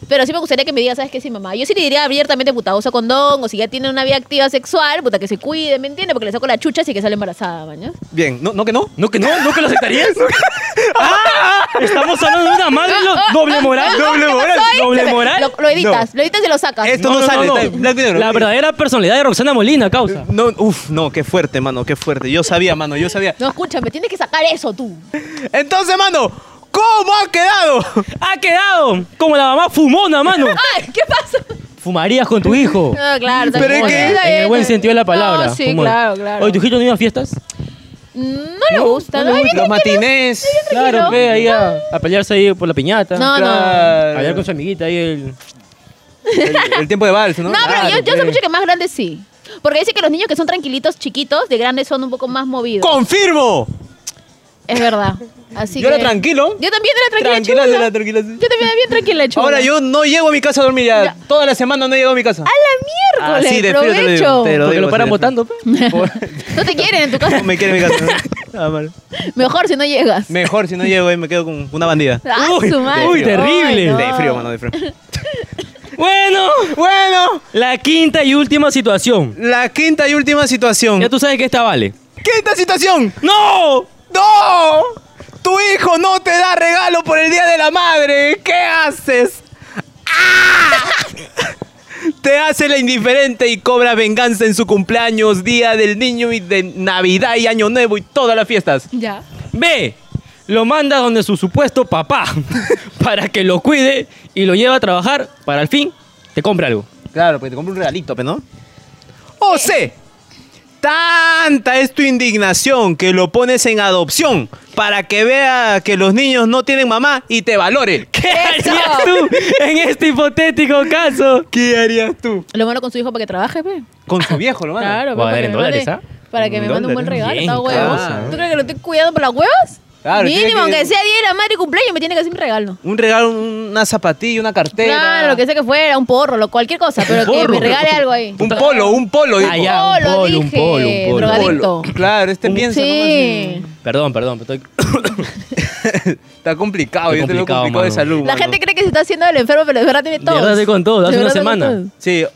A: pero sí me gustaría que me diga, ¿sabes qué? Sí, mamá. Yo sí le diría abiertamente, puta, usa condón, o si ya tiene una vida activa sexual, puta, que se cuide, ¿me entiendes? Porque le saco la chucha así que sale embarazada, mañana.
B: Bien, ¿no, no que no?
C: No, que no, no que lo aceptarías. ah, estamos hablando de una madre lo- doble moral.
B: doble moral,
C: doble moral.
A: este, Lo, lo editas, lo editas y lo sacas.
B: Esto no, sale, está en blanco y negro.
C: La verdadera personalidad de Roxana Molina, causa.
B: No, uf, no, qué fuerte, mano, qué fuerte. Yo sabía, mano, yo sabía.
A: No, escúchame, tienes que sacar eso tú.
B: Entonces, mano, ¿cómo ha quedado?
C: Ha quedado como la mamá fumona, mano.
A: ¡Ay! ¿Qué pasa?
C: Fumarías con tu hijo.
A: No, claro,
B: Pero es
A: tampoco.
B: que-
A: Está
C: En
A: bien,
C: el buen
A: está bien.
C: sentido de la palabra.
A: No, sí,
C: fumona.
A: claro, claro.
C: Oye, ¿tu hijito no iba a fiestas?
A: No le gusta, ¿no? Bien
B: Los
A: tranquilo.
B: matinés.
C: Claro,
A: Tranquilo.
C: ve ahí a, a pelearse ahí por la piñata.
A: No, no.
C: A pelear con su amiguita ahí el...
B: El, el tiempo de vals, ¿no? Ah,
A: No, pero yo,
C: Claro,
A: yo
C: pues.
A: sospecho que más grandes sí. Porque dice que los niños que son tranquilitos, chiquitos, de grandes son un poco más movidos.
B: ¡Confirmo!
A: Es verdad. Así
B: yo
A: que-
B: era tranquilo.
A: Yo también era tranquila.
B: Tranquila,
A: chula.
B: era tranquila. sí.
A: Yo también era bien tranquila, chula.
B: Ahora yo no llego a mi casa a dormir ya. Toda la semana no llego a mi casa.
A: ¡A la miércoles!
B: Así Ah, de frío te lo digo,
A: ¡Provecho!
B: te
C: Porque
B: digo,
C: lo paran
B: sí, de
C: votando,
A: No te quieren en tu casa.
B: No me quiere en mi casa. ¿no? Ah, vale.
A: Mejor si no llegas.
B: Mejor si no llego ahí me quedo con una bandida.
A: ¡Ah,
C: Uy,
A: su madre!
C: uy,
A: Ay,
C: terrible.
A: no.
B: De frío, mano, de frío.
C: Bueno,
B: Bueno,
C: la quinta y última situación.
B: la quinta y última situación.
C: Ya tú sabes que esta vale.
B: ¡Quinta situación!
C: ¡No!
B: ¡No! Tu hijo no te da regalo por el Día de la Madre. ¿Qué haces? ¡Ah! Te hace la indiferente y cobra venganza en su cumpleaños, Día del Niño y de Navidad y Año Nuevo y todas las fiestas.
A: Ya.
C: B. Lo manda donde su supuesto papá para que lo cuide y lo lleva a trabajar para al fin te compra algo.
B: Claro, porque te compra un regalito, pues, ¿no? O C. Tanta es tu indignación que lo pones en adopción para que vea que los niños no tienen mamá y te valore.
C: ¿Qué
A: Eso.
C: harías tú en este hipotético caso?
B: ¿Qué harías tú?
A: Lo mando con su hijo para que trabaje, pe.
B: Con su viejo, lo mando.
A: Claro, pe,
C: Voy
A: para,
C: a dar
A: que
C: en
A: me
C: dólares,
A: mande-
C: ¿ah?
A: para que me
C: En
A: mande un buen
C: dólares.
A: regalo,
C: Bien,
A: está huevos.
B: claro.
A: ¿Tú crees que lo estoy cuidando por las huevas?
B: Claro, tiene
A: Mínimo,
B: que-
A: aunque sea día de la madre y cumpleaños, me tiene que hacer un regalo.
B: Un regalo, una zapatilla, una cartera.
A: Claro, lo que sea que fuera, un porro, lo, cualquier cosa, pero que
C: porro.
A: me regale algo ahí.
B: Un polo, un polo. dijo.
C: Ah, ya, un
A: Polo,
C: polo, un
A: dije,
C: polo, un polo.
A: drogadicto.
B: Claro, este
C: Un-
B: piensa.
A: Sí.
C: Perdón, perdón. pero Estoy...
B: nomás. Está complicado,
C: Está
B: yo te lo
C: complicado,
B: complicado de
C: mano.
B: salud.
A: La
B: mano.
A: gente cree que se está haciendo el enfermo, pero de verdad tiene
C: De
A: todo.
C: verdad estoy con todos, hace una semana.
B: Sí,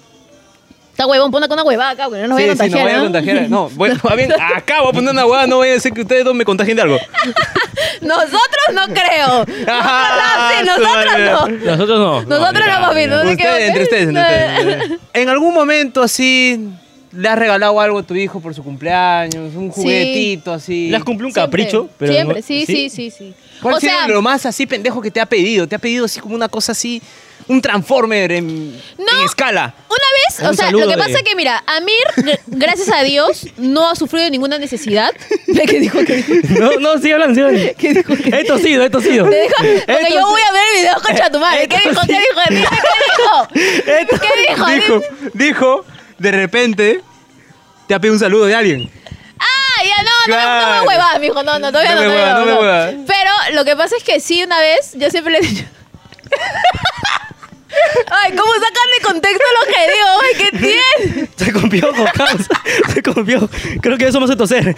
A: Está huevón, ponte con una huevada acá, porque no nos
B: sí,
A: vaya a
B: sí, no
A: contagiar.
B: voy a
A: ¿ah?
B: contagiar. No, voy, va bien, acá voy a poner una hueá, no voy a decir que ustedes dos me contagien de algo.
A: Nosotros no creo. Nosotros sí,
B: Ah, su
A: nosotros
B: madre.
A: no.
C: Nosotros no.
A: Nosotros no,
C: mira,
A: papi,
C: mira.
A: no. sé qué va a
B: Ustedes, entre
A: hacer.
B: ustedes, entre ustedes. En algún momento así le has regalado algo a tu hijo por su cumpleaños, un
A: Sí.
B: juguetito así.
C: Le has cumplido un
A: Siempre,
C: capricho, pero.
A: Siempre,
C: no-
A: sí, sí, sí, sí.
B: ¿Cuál
A: o
B: ha sido
A: sea,
B: lo más así pendejo que te ha pedido? ¿Te ha pedido así como una cosa así, un transformer en,
A: No.
B: en escala?
A: Una vez,
C: Un
A: o sea,
C: saludo
A: lo que
C: de-
A: pasa es que, mira, Amir, gr- gracias a Dios, no ha sufrido de ninguna necesidad. ¿De que dijo que.?
C: No, no, sigue hablando, sigue hablando. ¿Qué dijo? Esto sí, esto sí.
A: Te dijo- Porque yo voy a ver el video con tu madre. ¿Qué
C: esto
A: dijo?
C: sí.
A: ¿Qué dijo? Dime, ¿Qué dijo? ¿Qué dijo?
B: Dijo,
A: Dime.
B: dijo, de repente te ha pedido un saludo de alguien.
A: Ah, ya no, no, me- no
B: Claro.
A: me huevas, mijo. No, no, todavía
B: No
A: no.
B: me
A: todavía
B: huevas, no me huevas.
A: Pero lo que pasa es que sí, una vez, yo siempre le he dicho. Ay, ¿cómo sacan de contexto lo que digo? Ay, ¿qué tiene?
C: Se confió con causa. Se confió. Creo que eso me hace toser.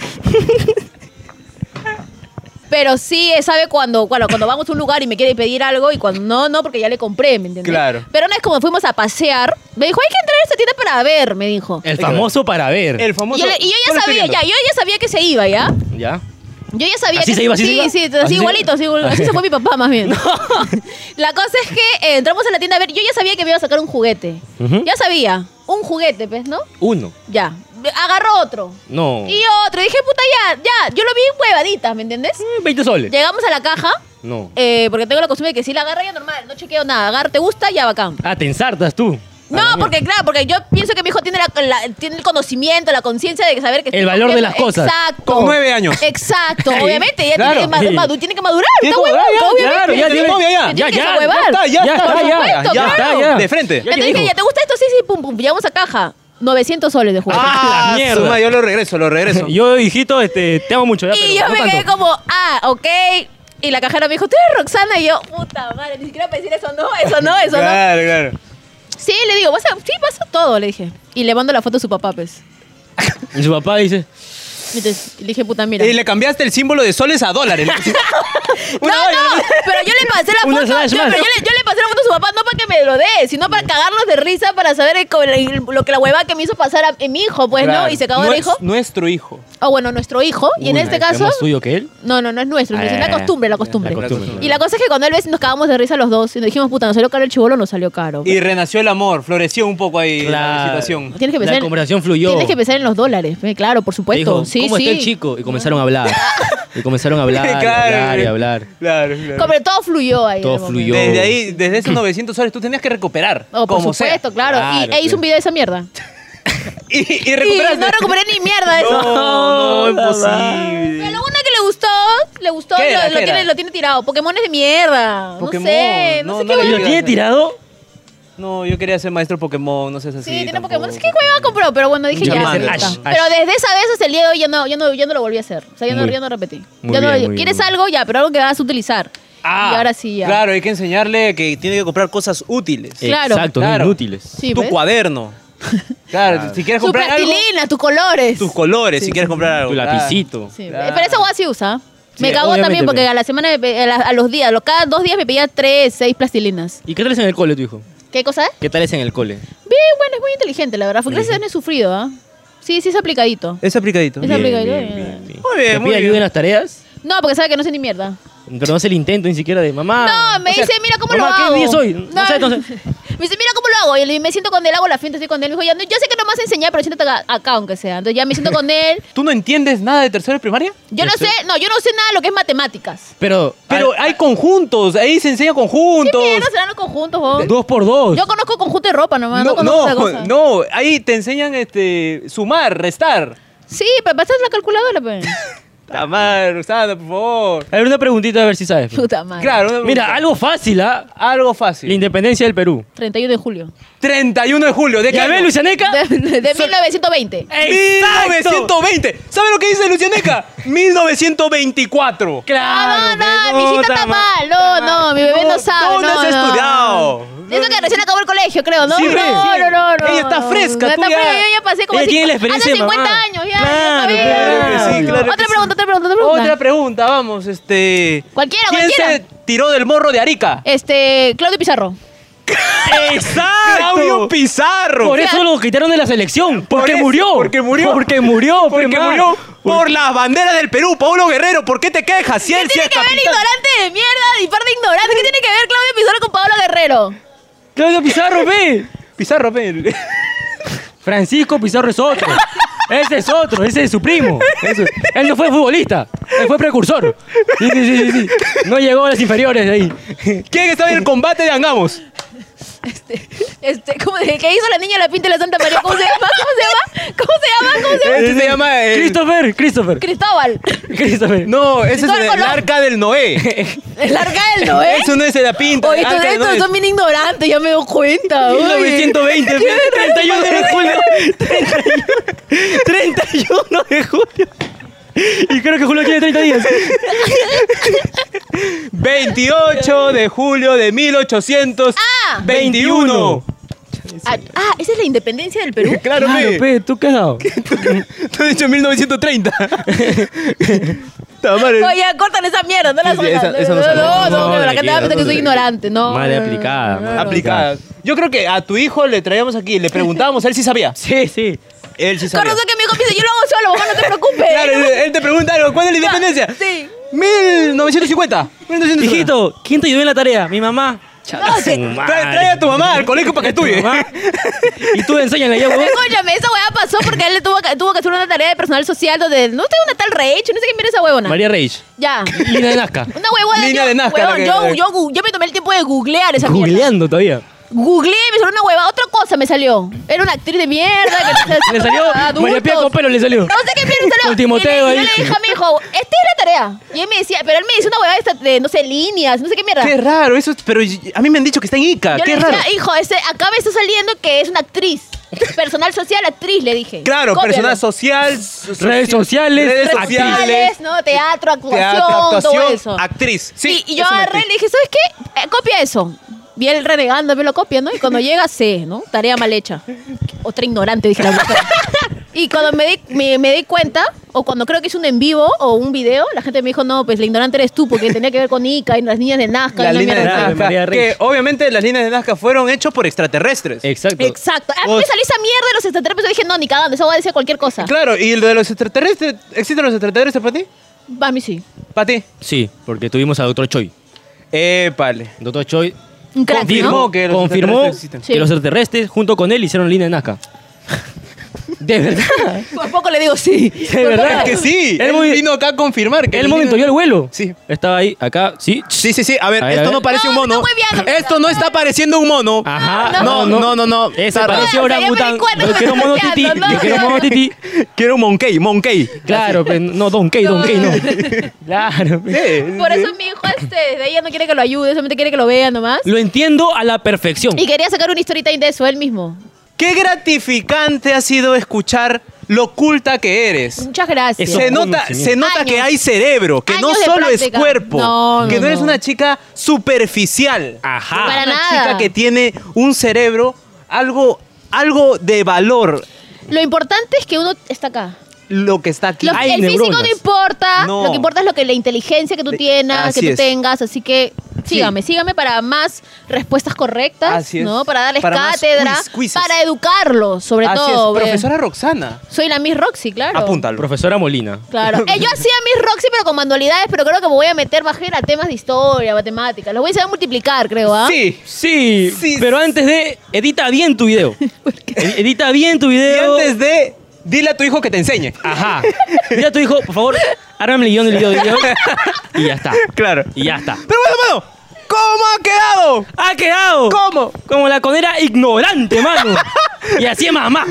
A: Pero sí eh, sabe cuando, bueno, cuando vamos a un lugar y me quiere pedir algo y cuando no, no, porque ya le compré, ¿me entiendes?
B: Claro.
A: Pero una vez como fuimos a pasear, me dijo, hay que entrar a esta tienda para ver, me dijo.
C: El famoso para ver.
B: El famoso.
A: Y yo, le- y yo ya
B: ¿cuál es tu
A: sabía,
B: viendo?
A: ya, yo ya sabía que se iba, ¿ya?
C: ¿Ya?
A: Yo ya sabía
C: ¿Así
A: que
C: se iba, así se
A: sí,
C: iba?
A: sí, así,
C: ¿Así se iba?
A: igualito, así, igual- así se fue mi papá más bien. La cosa es que eh, entramos a la tienda a ver, yo ya sabía que me iba a sacar un juguete.
C: Ujú.
A: Ya sabía, un juguete, pues, ¿no?
C: Uno.
A: Ya. Agarró otro.
C: No.
A: Y otro, y dije, puta, ya, ya, yo lo vi en huevaditas, ¿me entiendes?
C: Mm, 20 soles.
A: Llegamos a la caja,
C: No.
A: eh, porque tengo la costumbre de que si la agarra ya normal, no chequeo nada, agarra, te gusta, ya bacán.
C: Ah, te ensartas tú.
A: No, porque claro, porque yo pienso que mi hijo tiene, la- la- tiene el conocimiento, la conciencia de saber que...
C: El
A: estoy
C: valor de
A: cogiendo.
C: las cosas.
A: Exacto.
B: Con nueve años.
A: Exacto,
C: Sí,
A: obviamente, ya
B: claro.
A: tiene, que ma-
C: Sí.
A: madu- tiene que madurar,
B: Tiene
A: está
B: que madurar,
A: huevón,
B: ya,
A: obviamente.
B: ya, tiene novia, ya.
A: Se
C: Ah, Ya,
A: tiene que
C: ya,
A: desahuevar.
B: ya está, ya
C: Ya
B: está, por
C: está, ya,
B: supuesto,
C: ya
B: claro.
C: está, ya.
B: De frente.
A: Yo te
C: Ya
A: dije,
C: dijo.
A: ya te gusta esto, sí, sí, pum, pum, llevamos a caja. 900 soles de juego.
C: Ah, la
B: su
C: mierda.
B: madre, yo lo regreso, lo regreso.
C: Yo, hijito, este, te amo mucho. ya, pero
A: y yo
C: no
A: me quedé
C: tanto.
A: como, ah, ok. Y la cajera me dijo, tú eres Roxana. Y yo, puta madre, ni siquiera pensé eso, no, eso no, eso no.
B: claro, claro.
A: Sí, le digo, vas a, sí, pasa todo, le dije. Y le mando la foto a su papá, pues.
C: Y su papá dice.
A: Entonces, le dije, puta, mira.
B: Y le cambiaste el símbolo de soles a dólares.
A: No, no, pero yo le pasé la
C: Una
A: foto.
C: slash
A: yo,
C: más.
A: pero yo le, yo le pasé la foto a su papá, no para que me lo dé, sino para cagarnos de risa, para saber el co- el- lo que la hueva que me hizo pasar a, en mi hijo, pues, ¿no? Y se cagó
B: Nue-
A: de hijo.
B: Nuestro hijo.
A: O bueno, nuestro hijo. y en
C: "Uy,
A: este
C: ¿es
A: caso.
C: más tuyo que él?
A: No, no, no es nuestro, es
C: Ah,
A: la costumbre, la costumbre.
C: La costumbre.
A: Y la cosa es que cuando él ve, nos cagamos de risa los dos y nos dijimos, puta, nos salió caro el chivolo, nos salió caro.
B: Y renació el amor, floreció un poco ahí la
C: Claro.
B: situación.
A: Tienes que pensar
C: La
A: en-
C: conversación fluyó.
A: Tienes que pensar en los dólares, eh, claro, por
C: Le
A: supuesto.
C: dijo,
A: sí,
C: ¿Cómo
A: sí.
C: está el chico? Y comenzaron a hablar. y comenzaron a hablar, y
B: Claro.
C: hablar y hablar.
B: Claro, claro.
A: Como que todo fluyó ahí. en
C: Todo
A: el momento.
C: fluyó.
B: Desde ahí, desde esos 900 soles, tú tenías que recuperar.
A: Oh, por
B: como sea.
A: supuesto, claro. y
C: Claro,
A: e hizo un
C: claro.
A: video de esa mierda.
B: Y, y
A: Y
B: recuperaste.
A: no recuperé ni mierda eso.
B: No,
C: No,
A: Pero
B: imposible.
A: lo bueno que le gustó, le gustó,
B: ¿Qué era,
A: lo, lo
B: qué
A: tiene,
B: era?
A: lo tiene tirado. Pokémon es de mierda.
B: Pokémon,
A: No sé, no,
B: no,
A: sé
B: no
A: qué
B: le
A: hueva.
B: digas.
C: ¿Lo tiene tirado?
B: No, yo quería ser maestro Pokémon, no sé así.
A: Sí, tiene
B: tampoco.
A: Pokémon. No sé qué hueva compró, pero bueno, dije ya.
B: Yo quiero ser
A: ya
B: Ash,
A: está.
C: Ash.
A: Pero desde esa vez hasta el día de hoy ya no, ya no, ya no lo volví a hacer. O sea, ya no,
C: Muy-
A: ya no repetí.
C: muy
A: Ya no-
C: bien, muy
A: ¿Quieres
C: bien.
A: algo? Ya, pero algo que vas a utilizar.
B: Ah,
A: y ahora sí ya.
B: Claro, hay que enseñarle que tiene que comprar cosas útiles.
A: Claro.
C: Exacto,
B: Claro.
C: Eh, inútiles.
A: Sí,
B: tu
A: ¿ves?
B: cuaderno. Claro, si quieres
A: Tus
B: comprar algo,
A: plastilinas, tus colores.
B: tus colores, si quieres comprar algo.
C: Tu
B: claro.
C: lapicito.
A: Sí,
B: Claro.
A: Pero esa hueá sí usa. Me
C: Sí,
A: cagó
C: obviamente,
A: también porque
C: pero-
A: a la semana, me pe- a, la- a los días, lo- cada dos días me pedía tres, seis plastilinas.
C: ¿Y qué tal es en el cole, tu hijo?
A: ¿Qué cosa es?
C: ¿Qué tal es en el cole?
A: Bien, bueno, es muy inteligente, la verdad. Fue gracias a Dios no he sufrido, ¿ah? Sí, sí es aplicadito.
B: Es aplicadito.
A: Es
C: Bien,
A: aplicadito.
C: bien, bien, bien.
B: Muy bien,
C: ¿Te
B: muy
C: pide ayuda
B: bien.
C: en las tareas?
A: No, porque sabe que no sé ni mierda.
C: Pero no hace el intento ni siquiera de mamá.
A: No, me
C: Ah, O sea,
A: dice, mira cómo
C: mamá,
A: lo hago.
C: ¿Qué día soy? No, sé, entonces.
A: Me dice, mira cómo lo hago. Y le- me siento con él, hago la finta, estoy con él. Me dijo, ya, no, yo sé que no me vas a enseñar, pero siéntate acá, acá, aunque sea. Entonces ya me siento con él.
B: ¿Tú no entiendes nada de tercero de primaria?
A: Yo no
C: Eso.
A: sé, no, yo no sé nada de lo que es matemáticas.
C: Pero,
B: Pero hay conjuntos, ahí se enseña conjuntos.
A: ¿Qué mierda serán los conjuntos, vos?
C: ah, dos por dos.
A: Yo conozco conjunto de ropa nomás, no,
B: No,
A: conozco otra
B: no,
A: cosa.
B: no, ahí te enseñan este sumar, restar.
A: Sí, pero pasas la calculadora, pe.
B: La madre, Rusana, por favor.
C: A ver, una preguntita a ver si sabes. pues.
A: Puta madre.
B: Claro, una
C: Mira,
B: pregunta.
C: algo fácil, ¿ah?
B: algo
C: La
B: fácil.
C: independencia del Perú.
A: 31 de julio.
B: 31 de julio, de
C: ¿Ya ves, Lucianeca?
A: De, de 1920.
C: ¡Exacto!
B: 1920. ¿Sabe lo que dice Lucianeca? 1924.
A: Ah, no,
C: ¡Claro!
A: no,
C: pe,
A: mi hijita
C: puta
A: está
C: ma-
A: mal. No, no, mi bebé no, sabe.
B: ¿Dónde
A: no,
B: has
A: no.
B: estudiado?
A: Eso que recién acabó el colegio, creo, ¿no?
B: Sí,
A: no,
B: recién.
A: no, no, no.
B: Ella está fresca,
A: no,
B: tú
A: está
B: ya-
A: fresca, yo ya pasé como
C: Ella
A: cincu-
C: tiene la
A: hace
C: experiencia de
A: 50
C: mamá.
A: años, ya.
C: Claro,
A: ya
B: claro que sí, claro que
A: otra
B: sí.
A: pregunta, otra pregunta, otra pregunta.
B: Otra pregunta, vamos, este.
A: Cualquiera,
B: ¿Quién
A: cualquiera.
B: se tiró del morro de Arica?
A: Este, Claudio Pizarro.
C: ¡Exacto!
B: Claudio Pizarro.
C: Por eso lo quitaron de la selección. Porque
B: eso,
C: murió.
B: porque murió.
C: Porque murió. pe,
B: Porque
C: ma.
B: murió por las banderas del Perú, Paulo Guerrero. ¿Por qué te quejas? Si
A: ¿Qué
B: él sí
A: tiene
B: es
A: que ver
B: capitán.
A: ignorante de mierda y par de ignorante? ¿Qué tiene que ver Claudio Pizarro con Pablo Guerrero?
C: Claudio Pizarro, ve.
B: Pizarro, pe.
C: Francisco Pizarro es otro. Ese es otro, ese es su primo. Ese- Él no fue futbolista, él fue precursor. Sí, sí, sí, sí, sí. No llegó a las inferiores de ahí.
B: ¿Quién estaba en el combate de Angamos?
A: Este, este, ¿cómo de qué hizo la niña de la pinta de la Santa María? ¿Cómo se llama? ¿Cómo se llama? ¿Cómo se llama? ¿Cómo se llama?
B: Este se llama. el-
C: Christopher, Christopher.
A: Cristóbal.
C: Christopher.
B: No, ese es
A: Cristóbal
B: el
A: Colón.
B: arca del Noé. ¿Eh?
A: El arca del Noé.
B: Eso no es el apinta.
A: Oye,
B: el
A: estos
B: arca del
A: estos
B: Noé.
A: son bien ignorantes, ya me doy cuenta.
B: eh.
A: oye.
C: 1920, fe, 31 de julio. 31, 31 de julio. Y creo que Julio tiene 30 días.
B: 28 de julio de 1821.
A: Ah. Ah, ah, esa es la independencia del Perú.
B: Claro,
C: Claro,
B: pe.
C: pe, ¿tú qué has dado?
B: Tú has dicho 1930. Tamar,
A: Oye, cortan esa mierda, no la
B: Sí, sí, esa-
A: sueltan.
B: esa no sale.
A: no,
C: No,
A: no, pero la
C: de
A: gente va a
C: aquí,
A: pensar que
C: no,
A: soy
C: de-
A: ignorante, no.
C: Mal
A: no, no,
C: aplicada,
A: no,
C: mal
A: no, no.
B: aplicada. Yo creo que a tu hijo le traíamos aquí, le preguntábamos, él sí sabía.
C: Sí, sí.
B: Él sí
A: Con
B: sabía.
A: razón que mi hijo me dice, yo lo hago solo, mamá, no te preocupes.
B: Claro, él, él te pregunta algo, ¿cuándo es la independencia?
A: Sí.
B: 1950. 1950.
C: Hijito, ¿quién te ayudó en la tarea? Mi mamá.
A: No, que-
B: Trae, trae a tu mamá al colegio para que estudie.
C: Mamá. Y tú enséñale ya, huevón.
A: Escúchame, esa hueá pasó porque él le tuvo que, tuvo que hacer una tarea de personal social donde no tengo una tal Rachel, no sé quién mira esa huevona.
C: María Reich.
A: Ya.
C: Lina de Nazca.
A: Una huevona.
B: Línea
A: yo-
B: de Nazca,
A: huevón,
B: la que-
A: yo, yo gu- yo me tomé el tiempo de googlear esa mierda.
C: Googleando todavía.
A: Googleé y me salió una hueva. Otra cosa me salió. Era una actriz de mierda que no sé-
C: Le salió
A: adultos.
C: María Pía con pelo, le salió.
A: No sé qué mierda salió.
C: Con Timoteo
A: y le,
C: ahí.
A: Yo le dije a mi hijo, esta es la tarea. Y él me decía, pero él me dice una huevada esta de, no sé, líneas, no sé qué mierda.
B: Qué raro, eso, es- pero a mí me han dicho que está en Ica.
A: yo
B: Qué
A: le
B: raro.
A: decía, hijo, ese, acá me está saliendo que es una actriz. Personal social, actriz, le dije.
B: Claro,
A: Cópialo.
B: personal social, so-
C: Redes sociales,
B: redes
A: Redes
B: sociales,
A: sociales, ¿no? Teatro, actuación,
B: teatro,
A: todo
B: actuación,
A: eso.
B: actriz. Sí,
A: y, y yo
B: es una
A: agarré y
B: actriz.
A: le dije, ¿sabes qué? Eh, copia eso. Y él renegando, me lo copia, ¿no? Y cuando llega, sé, ¿no? Tarea mal hecha. Otra ignorante, dije la mujer. Y cuando me di, me, me di cuenta, o cuando creo que hice un en vivo o un video, la gente me dijo, no, pues la ignorante eres tú, porque tenía que ver con Ica y las niñas de Nazca. y
B: La
A: una
B: línea de
A: mierda así.
C: Nazca. María
B: Nazca, que
C: Reich.
B: obviamente las líneas de Nazca fueron hechas por extraterrestres.
C: Exacto.
A: Exacto. A mí
B: Vos-
A: me salió esa mierda de los extraterrestres. Yo dije, no, ni cagando, esa va a decir cualquier cosa.
B: Claro, y lo de los extraterrestres, ¿existen los extraterrestres para ti?
A: A mí sí.
B: Para ti.
C: Sí, porque tuvimos a Dr. Choi.
B: Épale.
C: Dr. Choi
A: Un crack,
C: confirmó,
A: ¿no?
B: que los
C: confirmó
B: extraterrestres existen.
A: Sí.
C: que los extraterrestres junto con él hicieron línea de Nazca. De verdad.
A: Por poco le digo sí. Por
C: verdad
A: poco-
B: Es que sí,
C: Él
B: él
C: muy-
B: vino acá a confirmar que
C: Él
B: las
C: momento
B: líneas-
C: yo el vuelo.
B: Sí.
C: Estaba ahí, acá, sí.
B: Sí, sí, sí. A ver,
C: A ver,
B: esto
C: a ver.
B: no parece
A: No,
B: un mono.
A: está hueveando.
B: Esto no está pareciendo un mono.
C: Ajá.
B: No, no, no, no.
C: Ese
B: Está
C: parece
A: raro.
C: orangután.
A: Ya me di cuenta
C: Yo
A: que
C: quiero
A: me
C: mono
A: estás
C: tití.
A: guiando,
C: Yo
A: no,
C: quiero
A: no,
C: mono
A: no.
C: tití.
B: Quiero un monkey, monkey.
C: Claro, pe, no, Don Key, Don Key, no. Claro. pues. pe.
A: Por eso mi hijo, este, de ella no quiere que lo ayude, solamente quiere que lo vea nomás.
C: Lo entiendo a la perfección.
A: Y quería sacar una historita de eso él mismo.
B: Qué gratificante ha sido escuchar lo oculta que eres.
A: Muchas gracias.
C: Eso.
B: Se
C: buen
B: nota, se
C: conocimiento.
B: nota que
A: Años.
B: hay cerebro, que no
A: Años de
B: solo es
A: práctica.
B: cuerpo,
A: No,
B: que
A: no,
B: no eres
A: no.
B: una chica superficial.
C: Ajá.
A: Para
B: una
A: nada.
B: chica que tiene un cerebro, algo, algo de valor,
A: Lo importante es que uno está acá.
B: lo que está aquí.
A: Lo-
C: Hay
A: el físico no
C: neuronas.
A: importa,
B: No.
A: lo que importa es lo que la inteligencia que tú
B: Le-
A: tienes,
B: así
A: que tú
B: es.
A: tengas, así que sígame, sígame para más respuestas correctas,
B: Así es.
A: ¿no? Para darles
B: Para más
A: cátedra,
B: quiz- quizzes.
A: para educarlos, sobre
B: Así
A: todo.
B: es,
A: ve.
B: profesora Roxana.
A: Soy la Miss Roxy, claro.
B: Apúntalo.
C: Profesora Molina.
A: Claro. Eh, yo hacía mis Roxy, pero con manualidades, pero creo que me voy a meter más bien a temas de historia, matemáticas. Los voy a saber multiplicar, creo, ¿ah?
B: Sí.
C: Sí,
B: Sí,
C: pero antes de, edita bien tu video. Ed- Edita bien tu
B: Y
C: video.
B: antes de, dile a tu hijo que te enseñe. Ah,
C: Ajá. Mira tu hijo, por favor, ármame el guión del video de guión. Y ya está.
B: Claro.
C: Y ya está.
B: Pero bueno, mano, ¿cómo ha quedado?
C: ¡Ha quedado!
B: ¿Cómo?
C: Como la conera ignorante, mano. Y así es mamá.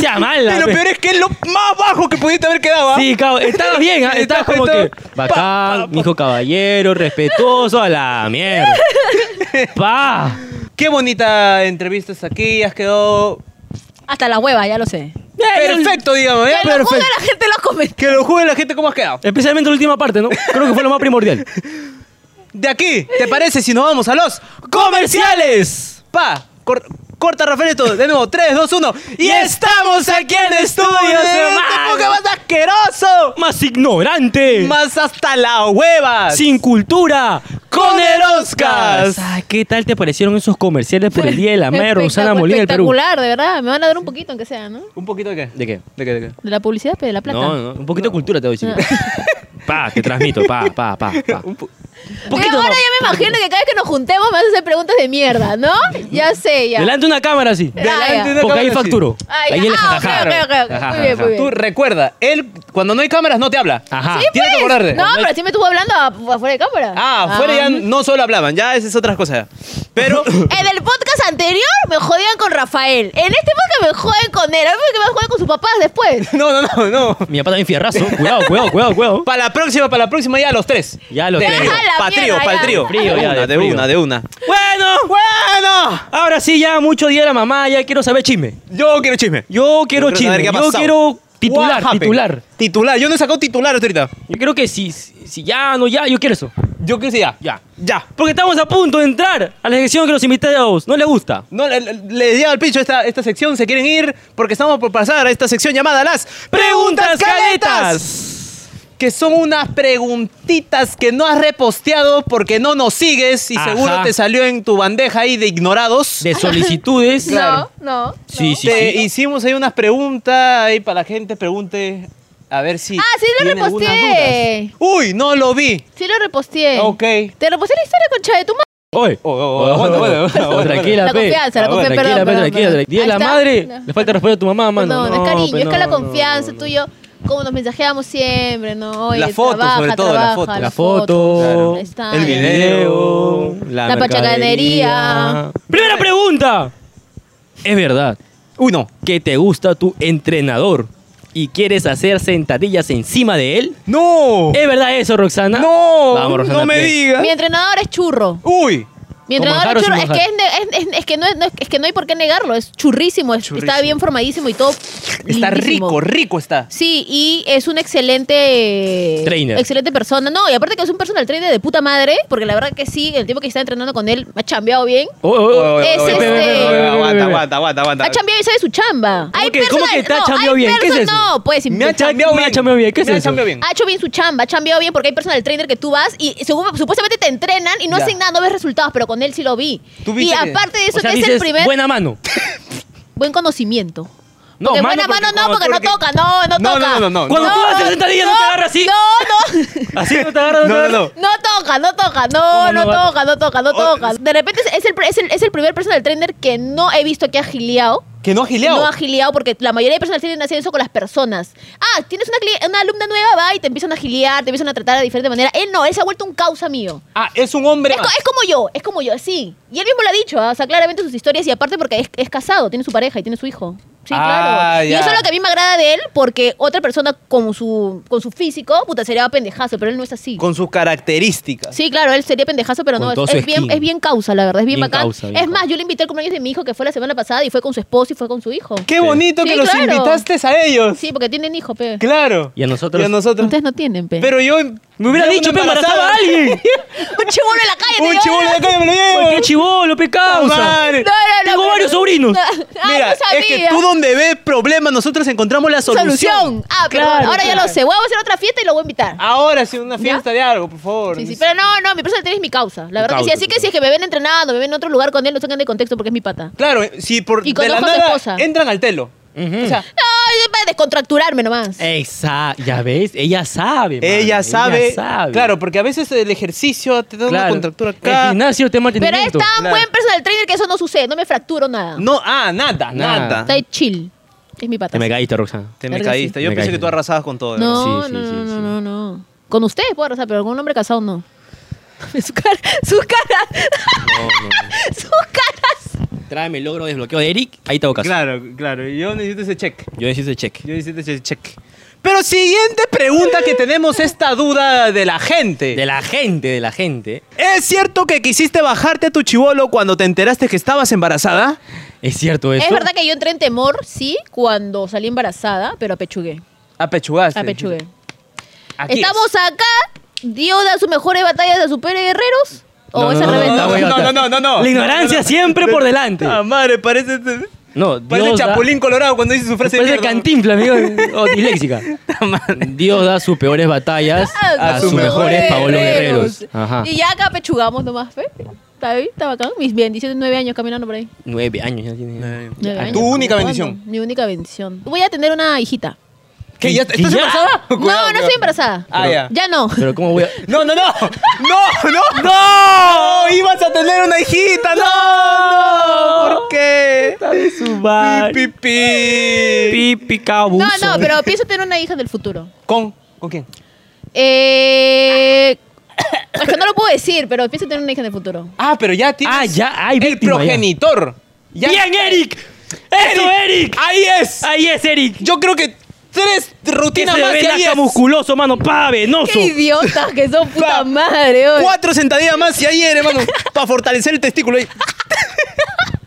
C: Sea mala.
B: Y lo
C: pe.
B: peor es que es lo más bajo que pudiste haber quedado. ¿ah?
C: Sí, cabrón. Estaba bien, ¿ah? estaba como
B: Estaba-
C: que.
B: pa, pa, pa.
C: Bacán, mi hijo caballero, respetuoso, a la mierda. Pa.
B: Qué bonita entrevista es aquí. Has quedado
A: Hasta la hueva, ya lo sé.
B: perfecto, digamos. ¿eh?
A: Que lo juzgue la gente en los comentarios.
B: Que lo juegue la gente cómo has quedado.
C: Especialmente la última parte, ¿no? Creo que fue lo más primordial.
B: De aquí, ¿te parece si nos vamos a los comerciales? Pa, cor- corta Rafael esto, de nuevo, 3, 2, 1. Y este estamos aquí en estudios,
C: hermano.
B: hermano. poco este más asqueroso!
C: Más ignorante.
B: Más hasta la hueva.
C: sin cultura.
B: Con el Oscar.
C: Ay, Ah, ¿Qué tal te parecieron esos comerciales por el Día de la Madre, Rosana
A: Espectacu-
C: Molina del Perú?
A: Espectacular, de verdad. Me van a dar un poquito, aunque sea, ¿no?
B: ¿Un poquito de qué?
C: ¿De qué?
B: ¿De qué? ¿De qué?
A: De la publicidad, pero de la plata.
C: No, no, un poquito de cultura te voy a decir. Pa, te transmito, pa, pa, pa, pa.
B: Un po-
A: Pero ahora ya me imagino que cada vez que nos juntemos me vas a hacer preguntas de mierda, ¿no? Ya sé, ya.
C: Delante de una cámara así.
A: Ah, ya.
B: Delante de una
C: Porque ahí
B: cámara, sí.
C: facturo.
A: Ay,
C: ahí
A: ya.
C: el
A: Ah, ok,
C: jajaja.
A: ok, ok, ok. Muy bien, muy bien.
B: Tú recuerda, él cuando no hay cámaras no te habla.
C: Ajá.
A: Sí,
B: Tienes que
A: pues.
B: acordarte.
A: No, pero sí me estuvo hablando a- afuera de cámara.
B: Ah, afuera ya
A: En
B: no solo hablaban, ya esas es otras cosas. Pero
A: el podcast anterior me jodían con Rafael. En este podcast me joden con él. A mí me van a joder con sus papás después.
B: no, no, no, no.
A: pues.
C: Mi papá también fierrazo. Cuidado, cuidado, cuidado, cuidado.
B: Para la próxima, para la próxima ya a los tres.
C: Ya los
B: De
C: tres.
B: trío,
A: Ajá, la
B: pa' trío,
A: mierda,
B: pa'
A: ya.
B: trío.
C: Frío,
B: de
C: ya,
B: una,
C: de
B: de
C: frío.
B: una, de una.
C: Bueno,
B: Bueno,
C: ahora sí ya mucho día de la mamá, ya quiero saber chisme.
B: yo quiero chisme.
C: Yo quiero
B: Yo quiero
C: chisme,
B: saber qué ha
C: yo
B: pasado.
C: quiero titular,
B: What happened?
C: titular.
B: Titular, yo no he sacado titular hasta ahorita.
C: Yo creo que si, si ya, no ya, yo quiero eso.
B: Yo quiero decir ya.
C: Ya.
B: Ya.
C: Porque estamos a punto de entrar a la sección que los invitados no les gusta.
B: No, le, le- le di al pincho esta, esta sección, se quieren ir porque estamos por pasar a esta sección llamada las
C: ¡Preguntas
B: caletas,
C: caletas!
B: Que son unas preguntitas que no has reposteado porque no nos sigues y
C: Ajá.
B: seguro te salió en tu bandeja ahí de ignorados.
C: De solicitudes.
B: Claro.
A: No, no.
C: Sí,
A: no.
C: sí,
B: Te
C: sí.
B: hicimos ahí unas preguntas ahí para la gente pregunte a ver si.
A: Ah, sí, lo
B: tiene algunas
A: reposteé.
B: dudas. Uy, no lo vi.
A: Sí lo reposteé.
B: Ok.
A: Te reposté la historia, concha de tu madre.
C: Oye.
B: Oh, oh, oh, aguanta, aguanta, aguanta, aguanta.
C: Tranquila,
A: La
C: pe.
A: confianza, la
C: Aguanta,
A: confianza, perdón,
C: Tranquila, pe,
A: perdón,
C: tranquila,
A: perdón.
C: tranquila. Día de la
A: Ahí está.
C: madre.
A: No.
C: Le falta respeto a tu mamá, mano.
A: No, no, es cariño,
C: pe,
A: es que la
C: no,
A: confianza
C: no, no.
A: tú y yo, como nos mensajeamos siempre, ¿no? Oye,
B: La foto,
A: trabaja,
B: sobre todo, la
A: trabaja,
B: foto.
C: La foto,
B: Claro.
A: Ahí está.
B: El video.
A: La pachacanería.
C: Primera pregunta. Es verdad
B: Uy, no.
C: que te gusta tu entrenador y quieres hacer sentadillas encima de él.
B: ¡No!
C: ¿Es verdad eso, Roxana?
B: ¡No!
C: Eh, Vamos, Roxana,
B: ¡No me
C: play.
B: digas!
A: Mi entrenador es churro.
B: ¡Uy!
A: Mi
C: ¿Con
A: entrenador es
C: manjar o
A: churro. Es
C: sin
A: que, es, ne- es- es- es que no, es- no es- es que no hay por qué negarlo. Es churrísimo. es- Está
B: Churrísimo.
A: bien formadísimo y todo.
B: Está
A: lindísimo.
B: rico, rico está.
A: Sí, y es un excelente.
C: Trainer.
A: Excelente persona. No, y aparte que es un personal trainer de puta madre, porque la verdad que sí, el tiempo que está entrenando con él, ha chambeado bien.
C: Oh, oh, oh.
A: Es
C: Pe, pe, pe, pe,
A: este-
C: pe, pe, pe,
B: Aguanta,
C: pe, pe.
B: aguanta, aguanta, aguanta.
A: Ha chambeado y sabe su chamba.
C: ¿Cómo que- cómo que te ha
A: no,
C: chambeado
A: hay
C: bien? ¿Qué es
A: perso-
C: eso?
A: No, pues
B: Me ha
A: ha,
B: chambeado
C: Me ha
B: bien.
C: chambeado bien. ¿Qué es
B: Me ha
C: eso?
B: chambeado bien.
A: hecho bien su chamba, ha chambeado bien porque hay personal trainer que tú vas y según- supuestamente te entrenan y no
B: Ya.
A: hacen nada, no ves resultados, pero con él sí lo vi.
B: ¿Tú
A: Y
B: viste que-
A: aparte de eso,
C: O sea,
A: que es el
C: dices,
A: primer
C: buena mano.
A: buen conocimiento.
C: No,
A: Porque
C: mano,
A: buena mano
C: porque
A: no,
C: cuando
A: porque no
C: tú-
A: toca, no, no
B: No, no,
A: toca.
B: no, no, no.
C: Cuando tú haces sentadillas, no te agarra así.
A: No, no.
C: Así no te agarra.
B: No,
C: te
B: no,
C: agarra.
B: no.
A: No toca, no toca,
C: ¿Cómo
A: no, no
C: no va?
A: toca, no toca, no toca. De repente es- es el, es el, es el primer personal trainer que no he visto que ha gileado.
B: Que no ha gileado.
A: No ha gileado porque la mayoría de personal trainers hacen eso con las personas. Ah, tienes una, cli- una alumna nueva, va y te empiezan a gilear, te empiezan a tratar de diferente manera. Él no, él se ha vuelto un causa mío.
B: Ah, es un hombre.
A: Es, co-
B: más.
A: es como yo, es como yo, sí. Y él mismo lo ha dicho, ¿ah? o sea, claramente sus historias y aparte porque es, es casado, tiene su pareja y tiene su hijo. Sí,
B: Ah,
A: claro. Y
B: ya.
A: eso es lo que a mí me agrada de él porque otra persona con su, con su físico, puta, sería pendejazo, pero él no es así.
B: Con sus características.
A: Sí, claro, él sería pendejazo, pero
C: Con
A: no,
C: todo
A: es,
C: su
A: es bien,
C: skin.
A: es bien causa, la verdad, es bien,
C: Bien
A: bacán.
C: causa, bien
A: es más, yo le invité al cumpleaños de mi hijo que fue la semana pasada y fue con su esposo y fue con su hijo.
B: Qué bonito
A: Sí,
B: que los
A: claro.
B: invitaste a ellos.
A: Sí, porque tienen hijo, pe.
B: Claro.
C: Y a nosotros.
B: Y a nosotros.
A: Ustedes no tienen, pe.
B: Pero yo.
C: Me hubiera
B: yo
C: dicho,
B: una
C: pe, embarazaba a
B: embarazada.
C: alguien.
A: un chibolo en la calle, te
B: Un
A: digo,
B: chibolo de acá me lo llevo.
C: ¡Qué chivolo, pe causa!
B: Madre.
A: No, no, no,
C: Tengo
A: pero-
C: varios sobrinos.
A: Ay,
B: Mira,
A: no sabía.
B: es que tú donde ves problemas, nosotros encontramos la solución.
A: solución. Ah, pero
B: Claro,
A: ahora ya
B: claro. Ah,
A: lo sé. Voy a hacer otra fiesta y lo voy a invitar.
B: Ahora sí, una fiesta de algo, por favor.
A: Sí, sí, pero no, no, mi persona tiene es mi causa. La verdad que sí.
C: causa,
A: Así
C: tu
A: que si es que me ven entrenando, me ven en otro lugar con él, no sacan de contexto porque es mi pata.
B: Claro, si por
A: Y
B: de la
A: conozco a tu
B: nada
A: esposa.
B: entran al telo. O sea,
A: No, es para descontracturarme nomás.
B: Eh,
C: Exacto. Ya ves, ella sabe. mano,
B: ella, sabe,
C: sabe.
B: Claro, porque a veces el ejercicio te da una
C: Claro.
B: contractura
C: El
B: acá.
C: gimnasio te mantiene.
A: pero es tan
B: claro.
A: buen personal trainer que eso no sucede. No me fracturo nada.
B: No, ah, nada,
C: Nada.
B: nada.
A: Está ahí chill. Es mi pata.
C: Te me caíste, Roxana.
B: Te me
A: Verga,
B: caíste.
C: sí.
B: Yo
C: Me
B: pensé
C: caíste.
B: que tú arrasabas con todo. de verdad.
A: No,
C: Sí,
A: no,
C: sí, sí,
A: no,
C: sí.
A: no, no, no. Con ustedes puedo arrasar, pero con un hombre casado no. Su cara, sus caras, sus caras.
D: Tráeme el logro de desbloqueo de Eric, ahí te hago caso.
B: Claro, claro. Yo necesito ese check.
D: Yo necesito ese check.
B: Yo necesito ese check. Pero siguiente pregunta que tenemos esta duda de la gente.
D: De la gente, de la gente.
B: ¿Es cierto que quisiste bajarte a tu chivolo cuando te enteraste que estabas embarazada?
D: ¿Es cierto eso?
A: Es verdad que yo entré en temor, sí, cuando salí embarazada, pero apechugué.
B: Apechugaste.
A: Apechugué.
B: Aquí es.
A: Estamos acá, dio da sus mejores batallas de super guerreros. O
D: No,
A: es
D: no,
A: al
D: no,
A: revés.
D: no, no, no,
B: no, no, no, no.
C: La ignorancia siempre por delante.
B: Ah, madre, parece.
D: No,
B: Parece
D: Dios da-
B: Chapulín Colorado cuando dice su frase
C: Parece
B: de mierda.
C: cantinfla, amigo. O disléxica.
D: Dios da sus peores batallas
A: Ah,
D: a, sus mejores Paolo Guerreros. Ajá.
A: Y ya acá apechugamos nomás, ¿ve? Está bien, está bacán. Mis bendiciones, nueve años caminando por ahí.
D: Nueve años ya tiene.
A: Nueve
D: Ah,
A: años.
B: Tu única
A: ¿Cuándo?
B: bendición.
A: Mi única bendición. Voy a tener una hijita.
B: ¿Qué? ¿Ya
C: ¿Que
B: estás
C: ya?
B: embarazada?
A: No, no estoy embarazada.
B: Ah, ya.
A: Ya no.
D: Pero ¿cómo voy a...?
B: No, no, no. No, no. No, ibas a tener una hijita. No, no. ¿Por qué? Pi, pi, pi.
A: No, no, pero pienso tener una hija del futuro.
B: ¿Con? ¿Con quién?
A: Eh. Es que no lo puedo decir, pero pienso tener una hija del futuro.
B: Ah, pero ya tienes.
C: Ah, ya hay
B: El
C: víctima, ya.
B: progenitor. Ya-
C: ¡Bien, Eric! ¡Eso, Eric!
B: Ahí es.
C: Ahí es, Eric.
B: Yo creo que tres
C: Que
B: rutinas
C: se
B: más
C: ve
B: y ahí
C: nazca
B: es.
C: musculoso, mano. Pa, venoso.
A: ¡Qué idiotas que son
B: Pa-
A: puta madre! oye.
B: Cuatro sentadillas más y ahí es, hermano. Para fortalecer el testículo. ahí.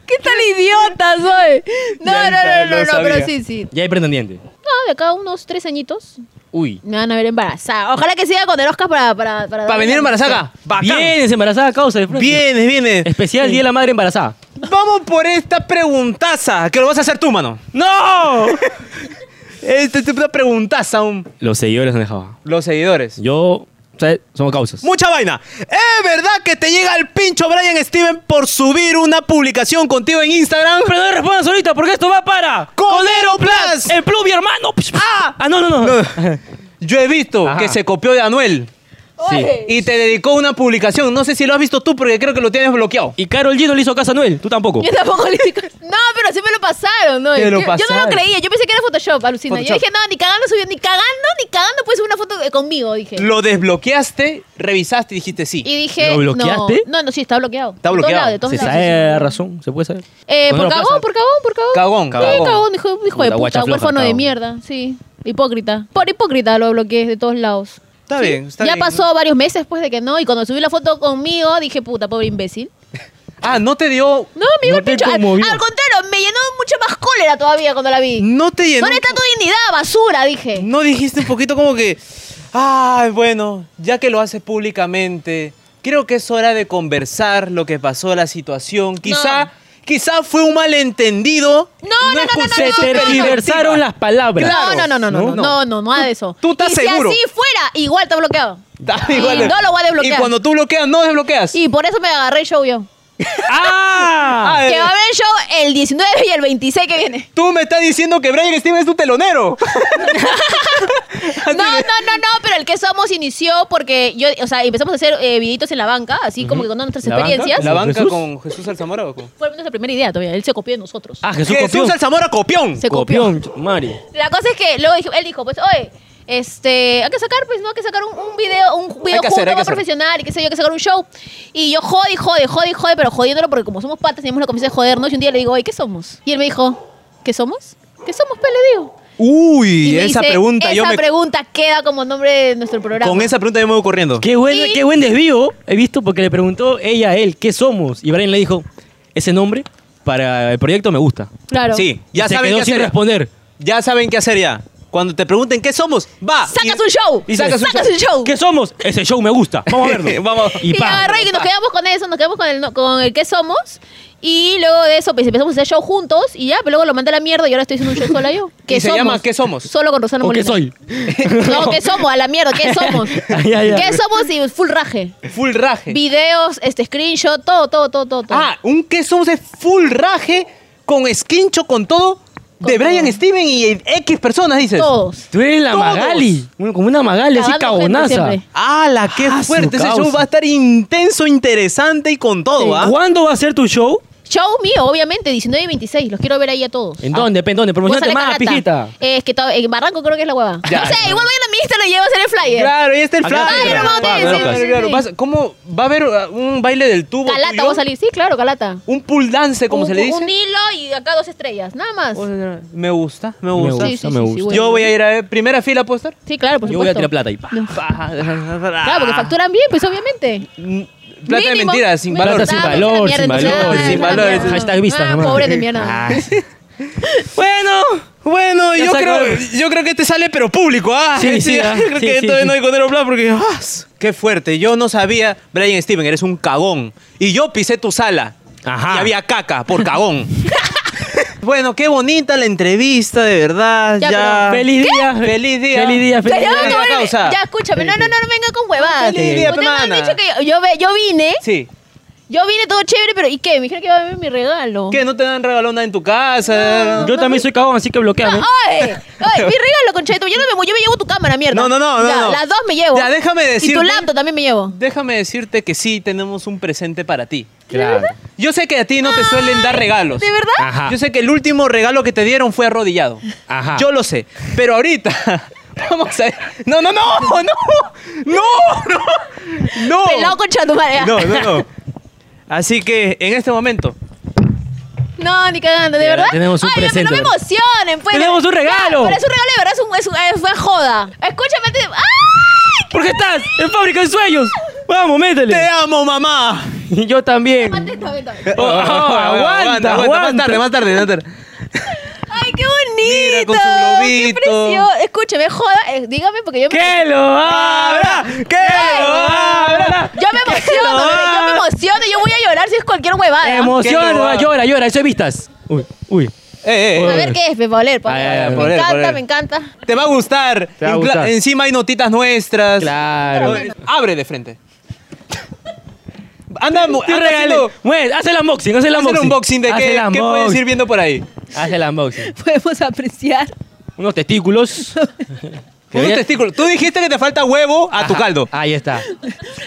A: ¿Qué tal idiota soy? No,
B: Ya
A: no,
B: está,
A: no, no,
B: lo
A: no,
B: sabía.
A: pero sí, sí.
D: Ya hay pretendiente.
A: No, de acá a unos tres añitos
D: Uy.
A: me van a ver embarazada. Ojalá que siga con el Oscar para... Para, para,
B: Para venir embarazada. Bacán.
C: Vienes embarazada a causa de frente.
B: Vienes, vienes.
C: Especial Día de la Madre Embarazada.
B: Vamos por esta preguntaza, que lo vas a hacer tú, mano.
C: ¡No!
B: Este, Esta es una preguntaza, un-
D: Los seguidores han dejado.
B: los seguidores.
D: Yo, ¿sabes? Somos causas.
B: Mucha vaina. ¿Es verdad que te llega el pincho Brian Steven por subir una publicación contigo en Instagram?
C: Pero no respondas ahorita porque esto va para.
B: ¡Colero Plus!
C: ¡El Plum, mi hermano!
B: Ah.
C: Ah, no, no, no.
B: Yo he visto
D: Ajá.
B: que se copió de Anuel
A: Oye.
B: y te dedicó una publicación. No sé si lo has visto tú porque creo que lo tienes bloqueado.
C: Y Carol G no le hizo caso a Noel. Tú tampoco.
A: Yo tampoco le digo- No, pero sí me lo pasaron, ¿no?
B: Te
A: yo, yo
B: lo
A: no lo
B: pasaron.
A: creía, yo pensé que era Photoshop, alucina. Yo
B: Photoshop.
A: dije, no, ni cagando subió, ni cagando, ni cagando puede subir una foto eh, conmigo, dije.
B: Lo desbloqueaste, revisaste y dijiste sí.
A: Y dije,
C: ¿Lo bloqueaste?
A: No, no, no, sí, está bloqueado.
B: Está bloqueado.
A: De todos
D: ¿Se
A: lados, de todos lados.
D: sabe razón? ¿Se puede saber?
A: sí.
C: Pues
A: Eh,
D: Cuando
A: por
D: lo
A: cagón,
D: pasas.
A: por cagón, por cagón.
B: Cagón,
A: Sí,
B: cagón.
A: cagón, hijo, hijo de
D: Puta, guacha
A: puta,
D: floja,
A: huérfano de
D: cagón.
A: mierda, sí. Hipócrita. Por hipócrita lo bloqueé de todos lados.
B: Está
A: Sí.
B: bien, está
A: ya
B: bien.
A: pasó varios meses después de que no, y cuando subí la foto conmigo, dije, puta, pobre imbécil.
B: Ah, no te dio.
A: No, me iba
C: No
A: el
C: te
A: pincho. Al,
C: conmovió.
A: al contrario, me llenó mucha más cólera todavía cuando la vi.
B: No te llenó.
A: ¿Dónde está tu dignidad, basura? Dije.
B: ¿No dijiste un poquito como que, ay, bueno, ya que lo hace públicamente, creo que es hora de conversar lo que pasó, la situación. Quizá, quizá fue un malentendido.
A: No, no, no, no, no,
B: escuché
C: Se
A: no,
B: tu
A: no, no.
C: tergiversaron
B: perspectiva.
C: las palabras.
B: Claro.
A: No, no, no, no, no,
B: No.
A: no, no, no, nada de eso.
B: Tú estás
A: y
B: seguro.
A: Si así fuera, igual está bloqueado.
B: Da
A: Y
B: igual.
A: no lo voy a
B: Y
A: desbloquear.
B: cuando tú bloqueas, no desbloqueas.
A: Y por eso me agarré el show yo.
C: ¡Ah!
B: Ah, eh,
A: Que va a haber el show el 19 y el 26 que viene.
B: Tú me estás diciendo que Brian Steven es tu telonero.
A: No, no, no, no, pero el que somos inició porque yo, o sea, empezamos a hacer eh, videitos en la banca, así como que contando nuestras
D: ¿La banca?
A: experiencias.
B: ¿La banca
D: Jesús?
B: con Jesús Alzamora o con?
A: Fue nuestra primera idea todavía, él se copió de nosotros.
C: Ah, Jesús
B: Jesús
C: copió.
B: Alzamora copión.
A: Se copió.
C: Copión, Mari.
A: La cosa es que luego dijo- él dijo, pues, oye, este, hay que sacar, pues, ¿no? Hay que sacar un, un video, un video junto
B: que hacer, hay que
A: más
B: hacer.
A: profesional y qué sé yo, hay que sacar un show. Y yo jode, jode, jode, jode, pero jodiéndolo porque como somos patas, teníamos la comisión de jodernos y un día le digo, oye, ¿qué somos? Y él me dijo, ¿qué somos? ¿Qué somos, pe? Le digo.
B: Uy,
A: me
B: esa
A: dice,
B: pregunta yo
A: esa
B: me
A: pregunta queda como nombre de nuestro programa.
B: con esa pregunta yo me voy corriendo.
C: Qué buen,
A: Y-
C: qué buen desvío he visto porque le preguntó ella a él, ¿qué somos? Y Brian le dijo, ese nombre para el proyecto me gusta.
A: Claro.
B: Sí, ya
C: Y se
B: saben
C: quedó
B: qué
C: sin
B: hacer.
C: responder.
B: Ya saben qué hacer ya. Cuando te pregunten qué somos, va.
A: ¡Sacas
B: Y-
A: un show!
B: y
A: ¡Sacas
B: sacas un
A: un show!
C: ¿Qué somos? Ese show me gusta. Vamos a verlo.
B: Vamos.
A: Y,
C: pa.
A: agarré y nos quedamos con eso, nos quedamos con el, no- con el que somos. Y luego de eso, pues empezamos a hacer show juntos. Y ya, pero luego lo mandé a la mierda y ahora estoy haciendo un show sola yo.
B: Y se llama ¿Qué somos?
A: Solo con Rosana
C: ¿O
A: Molina.
C: qué soy?
A: No, ¿qué somos? A la mierda, ¿qué somos?
C: Ay, ay, ay.
A: ¿Qué somos? Y full raje.
B: Full raje.
A: Videos, este screenshot, todo, todo, todo, todo. todo.
B: Ah, un qué somos es full raje con esquincho, con todo. de
A: Con
B: Brian
A: todo.
B: Steven y X personas, dices.
A: Todos.
C: Tú eres la
B: Todos.
C: Magali. Bueno, como una Magali, así
A: Cagando gente
C: cabonaza.
A: siempre.
B: ¡Hala, qué
C: Ah, su
B: fuerte! Ese
C: causa.
B: show va a estar intenso, interesante y con todo, ¿ah?
C: ¿Cuándo va a ser tu show?
A: Xiaomi, obviamente, 19 y 26. Los quiero ver ahí a todos.
C: ¿En dónde? pe? ¿En dónde? Promocionate
A: Gonzalo
C: más,
A: Cagata.
C: pijita.
A: Eh, es que to- en Barranco creo que es la hueva.
C: Ya.
A: no sé, igual vayan a mi Instagram y llevo a hacer el flyer.
B: Claro, ahí está el
C: Acá
B: flyer.
C: está el flyer.
B: Ah,
C: Ah,
B: claro,
C: sí,
B: claro,
A: sí,
B: claro.
A: sí.
B: Vas- ¿Cómo va a haber ah, un baile del tubo?
A: Calata
B: tuyo?
A: va a salir. Sí, claro, calata.
B: Un pull dance, como
A: Un-
B: se le dice.
A: Un hilo y acá dos estrellas, nada más.
B: Me gusta, me
C: Me
B: gusta.
C: gusta,
A: Sí, sí,
C: me
A: sí, sí,
C: gusta.
A: bueno.
B: Yo voy a ir a ver. ¿Primera fila puedo estar?
A: Sí, claro, por
C: Yo
A: supuesto.
C: voy a tirar plata y pa.
B: Ah,
A: Claro, porque facturan bien, pues obviamente.
B: Mm, Plata de
A: Mínimo.
B: mentira, sin
A: Mínimo.
B: valor.
C: Plata sin
A: Ah,
C: valor,
A: mierda,
C: sin
A: entonces,
C: valor,
A: ah,
B: sin
A: esa
B: valor,
A: mierda.
C: hashtag vistas,
A: Ah,
C: nomás.
A: pobre de mierda.
B: Bueno, bueno,
C: Ya
B: yo
C: sacó.
B: creo, yo creo que este sale pero público, ¿ah?
C: Sí, sí, ah,
B: creo
C: sí,
B: que
C: sí,
B: todavía
C: sí.
B: no hay conero plan porque ¡ah! qué fuerte. Yo no sabía, Brian Steven, eres un cagón y yo pisé tu sala.
C: Ajá.
B: Y había caca por cagón. bueno, qué bonita la entrevista, de verdad. Ya.
A: Ya, pero-
C: Feliz día.
B: Feliz día.
C: Feliz día,
A: Ya,
C: feliz
A: ya,
C: día.
B: Feliz día,
A: no,
B: causa.
A: ya, escúchame, no, no, no, no venga con huevadas.
B: Feliz día,
A: Ustedes me han
B: hermana.
A: dicho que yo, yo ve- yo vine,
B: Sí.
A: yo vine todo chévere, pero ¿y qué? Me dijeron que iba a venir mi regalo.
B: ¿Qué? ¿No te dan regalón nada en tu casa?
C: Yo también soy cagón, así que bloqueame.
A: ¡Ay! ¡Ay! Ah, Mi regalo, concheto. Yo no me voy, yo me llevo tu cámara, mierda.
B: No, no, no,
A: Ya,
B: no, no.
A: Las dos me llevo.
B: Ya, déjame
A: Y tu
B: decirte-
A: laptop también me llevo.
B: Déjame decirte que sí tenemos un presente para ti.
C: Claro.
B: Yo sé que a ti no te suelen dar regalos.
A: ¿De verdad?
C: Ajá.
B: Yo sé que el último regalo que te dieron fue arrodillado.
C: Ajá.
B: Yo lo sé. Pero ahorita. Vamos a ver. No, no, no, no. No, no. No.
A: Pelado concha tu madre. ya.
B: No, no, no. Así que en este momento.
A: No, ni cagando, ¿de
C: Ya,
A: verdad?
C: tenemos un
A: Ay, ya, pero
C: presente,
A: no me
C: ¿verdad?
A: emocionen, pues.
C: ¡Tenemos un regalo!
A: Ya, pero es un regalo de verdad, es un, es un- eh, fue joda. Escúchame antes de- ¡Ay!
C: ¿Por qué estás? En fábrica de sueños. Vamos, métele.
B: amo, mamá!
C: Yo también.
A: Mate esto, mate esto.
C: Oh, oh, aguanta,
B: Ah, Más tarde,
C: aguanta.
B: más tarde, más tarde.
A: ¡Ay, qué bonito!
B: Mira, con su
A: ¡Qué
B: globito.
A: precioso! Escúchame, joda, eh, dígame porque yo me...
C: ¡Que lo abra! ¡Que lo abra!
A: Yo me emociono,
C: lo
A: bebé, yo me emociono, yo voy a llorar si es cualquier huevada.
B: Que lo
C: Emociona,
B: abra.
C: llora, llora. Eso es vistas. Uy, uy.
B: Eh, eh,
A: a
B: eh.
A: ver qué es, pe, pa' oler, pa'
C: Ay, ay,
A: oler.
C: ay,
A: Me
B: por oler, por
A: encanta,
B: oler.
A: me encanta.
B: Te va a gustar.
C: Oh. Te va a
B: En pla-
C: gustar.
B: Encima hay notitas nuestras.
C: Claro.
B: Eh, Abre de frente. Anda, mu-
C: Te
B: anda
C: regalé.
B: haciendo-
C: Bueno, haz el unboxing, haz el
B: hacer
C: unboxing.
B: un unboxing de
C: Haz
B: qué,
C: el
B: qué puedes
C: unboxing.
B: ir viendo por ahí.
C: Haz el unboxing.
A: Podemos apreciar.
C: Unos testículos. Que
B: Unos
C: ya-
B: testículos. Tú dijiste que te falta huevo a tu
C: Ajá, Ah.
B: caldo.
C: Ahí está.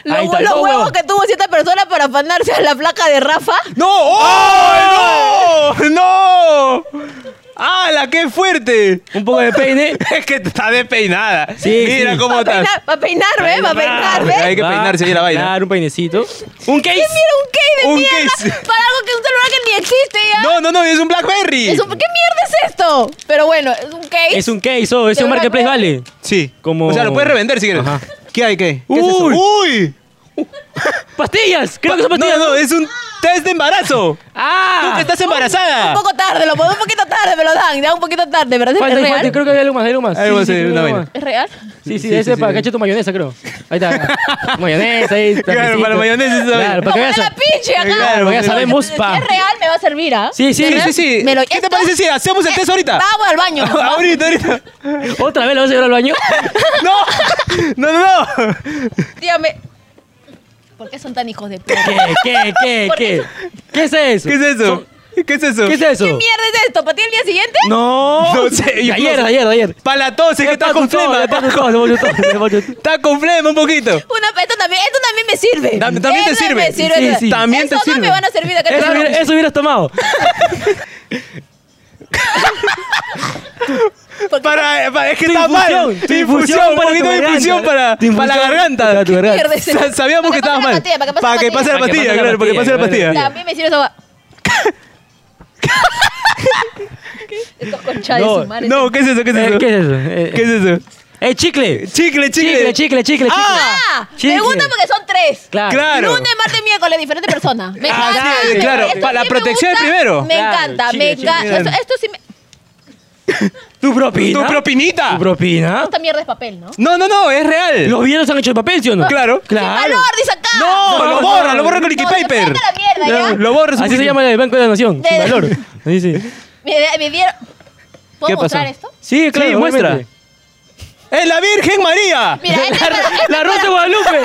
A: Lo-
C: Ahí está,
A: los
C: dos
A: huevos
C: huevos.
A: que tuvo cierta persona para afanarse a la placa de Rafa.
B: ¡No! ¡Oh, ¡No! ¡No! ¡Hala, qué fuerte!
C: Un poco de peine.
B: Es que está despeinada.
C: Sí,
B: Mira
C: sí.
B: cómo
A: Para
B: estás.
A: peinar, para peinar, ¿ve? Para peinar, ¿ve?
B: Ah, Hay que peinarse ahí la vaina.
C: Claro, un peinecito. Un case.
A: Mira, un case de
B: Un
A: mierda
B: case.
A: Para algo que un celular que ni existe ya.
B: No, no, no, es un Blackberry.
A: Es un- ¿Qué mierda es esto? Pero bueno, es un case.
C: Es un case, oh, es
A: Pero
C: un marketplace,
A: una-
C: vale.
B: Sí.
C: Como-
B: O sea, lo puedes revender si quieres.
C: Ajá.
B: ¿Qué hay, qué? ¿Qué
C: Uy.
B: es eso? ¡Uy!
C: ¡Pastillas! Creo que son
B: No,
C: pastillas.
B: no, es un test de embarazo. Tú que
C: ¡Ah!
B: estás embarazada.
A: Un poco tarde, lo puedo un poquito tarde, me lo dan, ya un poquito tarde, ¿verdad?
C: Falta,
A: ¿Es
C: falta,
A: real?
C: creo que hay algo más, hay algo más.
B: Ahí va a ser
C: creo
B: una
C: que hay
B: vaina.
C: algo más.
A: ¿Es real?
C: Sí, sí,
B: Sí,
C: ese
B: sí, sí.
C: para que eche tu mayonesa, creo. Ahí está. mayonesa, ahí está.
B: Claro, para la mayonesa, esa vaina.
C: Claro, para que
A: Como
C: veas.
A: de la pinche acá.
B: Eh, Claro,
C: porque ya sabemos,
A: Si
C: pa.
A: es real, me va a servir, ¿ah?
C: Sí, sí,
A: ¿De
C: sí,
A: verdad?
B: Sí, sí.
A: Me lo-
B: ¿Qué te
A: esto-
B: parece si hacemos el test ahorita?
A: Vamos al baño.
B: ahorita, ahorita.
C: ¿Otra vez la vas a llevar al baño?
B: No, no, no, no.
A: Dígame. ¿Por qué son tan hijos de puta?
C: ¿Qué, qué, qué,
A: ¿Por
C: qué? ¿Qué es eso?
B: ¿Qué es eso? ¿Qué es eso?
C: ¿Qué es eso?
A: ¿Qué mierda es esto? ¿Para ti el día siguiente?
C: No.
B: No sé, yo
C: De ayer,
B: no
C: de
B: sé.
C: ayer, de ayer.
B: Para la tos, es que está con flema.
C: Le paso todo, le paso todo, le paso todo.
B: Está con flema un poquito.
A: Una, esto, también, esto también me sirve.
B: Tam- también te
A: Eso
B: sirve.
A: me sirve.
C: Sí, sí.
B: También te
A: Eso
B: sirve.
A: no me van a servir de acá.
C: Eso, hubiera- eso hubieras tomado.
A: Porque-
B: Para, para, es que
C: Tu
B: está mal.
C: infusión, tu
B: Infusión,
C: infusión
B: un
C: para
B: poquito
C: tu
B: de infusión
C: garganta.
B: para, para la
C: Tu infusión
B: garganta.
C: para tu garganta.
A: Mierda, ese-
B: Sa- Sabíamos que
A: Para
B: estabas
A: que pase la
B: mal.
A: pastilla, para que pase
B: Para
A: la
B: que pase la
C: pastilla.
B: pastilla, claro, para que pase la pastilla.
A: También me sirve esa va- ¿Qué? Estos conchas
C: No,
A: de su madre.
B: No, ¿qué es eso? ¿Qué es
C: Eh,
B: eso?
C: ¿Qué es eso? Eh,
B: ¿Qué es eso?
C: ¡Eh, chicle!
B: Chicle, chicle.
C: Chicle, chicle, chicle,
B: Ah,
A: Ah,
C: Chicle.
A: me gusta porque son tres.
C: Claro.
B: Claro.
A: Lunes, martes, miércoles, diferente persona. Me
B: Ah,
A: encanta.
B: sí,
A: me-
B: claro,
A: esto
B: para la
A: sí me
B: protección
A: gusta,
B: primero.
A: Me
C: Claro,
A: encanta,
C: chicle,
A: me
C: chicle.
A: encanta. Esto, esto sí me.
C: ¿Tu propina?
B: Tu propinita.
C: ¿Tu
B: ¿Ah?
C: propina?
A: Esta mierda es papel, ¿no?
B: No, no, no, es real.
C: ¿Los billetes han hecho de papel, sí o no?
B: Claro.
A: ¡Sin
C: Claro.
A: valor, dice acá!
B: No,
C: No,
B: lo
C: no,
B: borra,
C: no.
B: lo borra con
A: No,
B: liquid
A: se
B: paper.
A: saca la mierda, ya.
B: Lo borra.
C: Así se llama el Banco de la Nación.
A: De-
C: Sin valor. Sí, sí.
A: Me, me dieron. ¿Puedo
B: ¿Qué pasó?
A: mostrar esto?
C: Sí, claro,
B: Sí, muestra.
C: obviamente.
B: ¡Es la Virgen María!
A: Mira, este es para, este
C: ¡La Rosa de Guadalupe!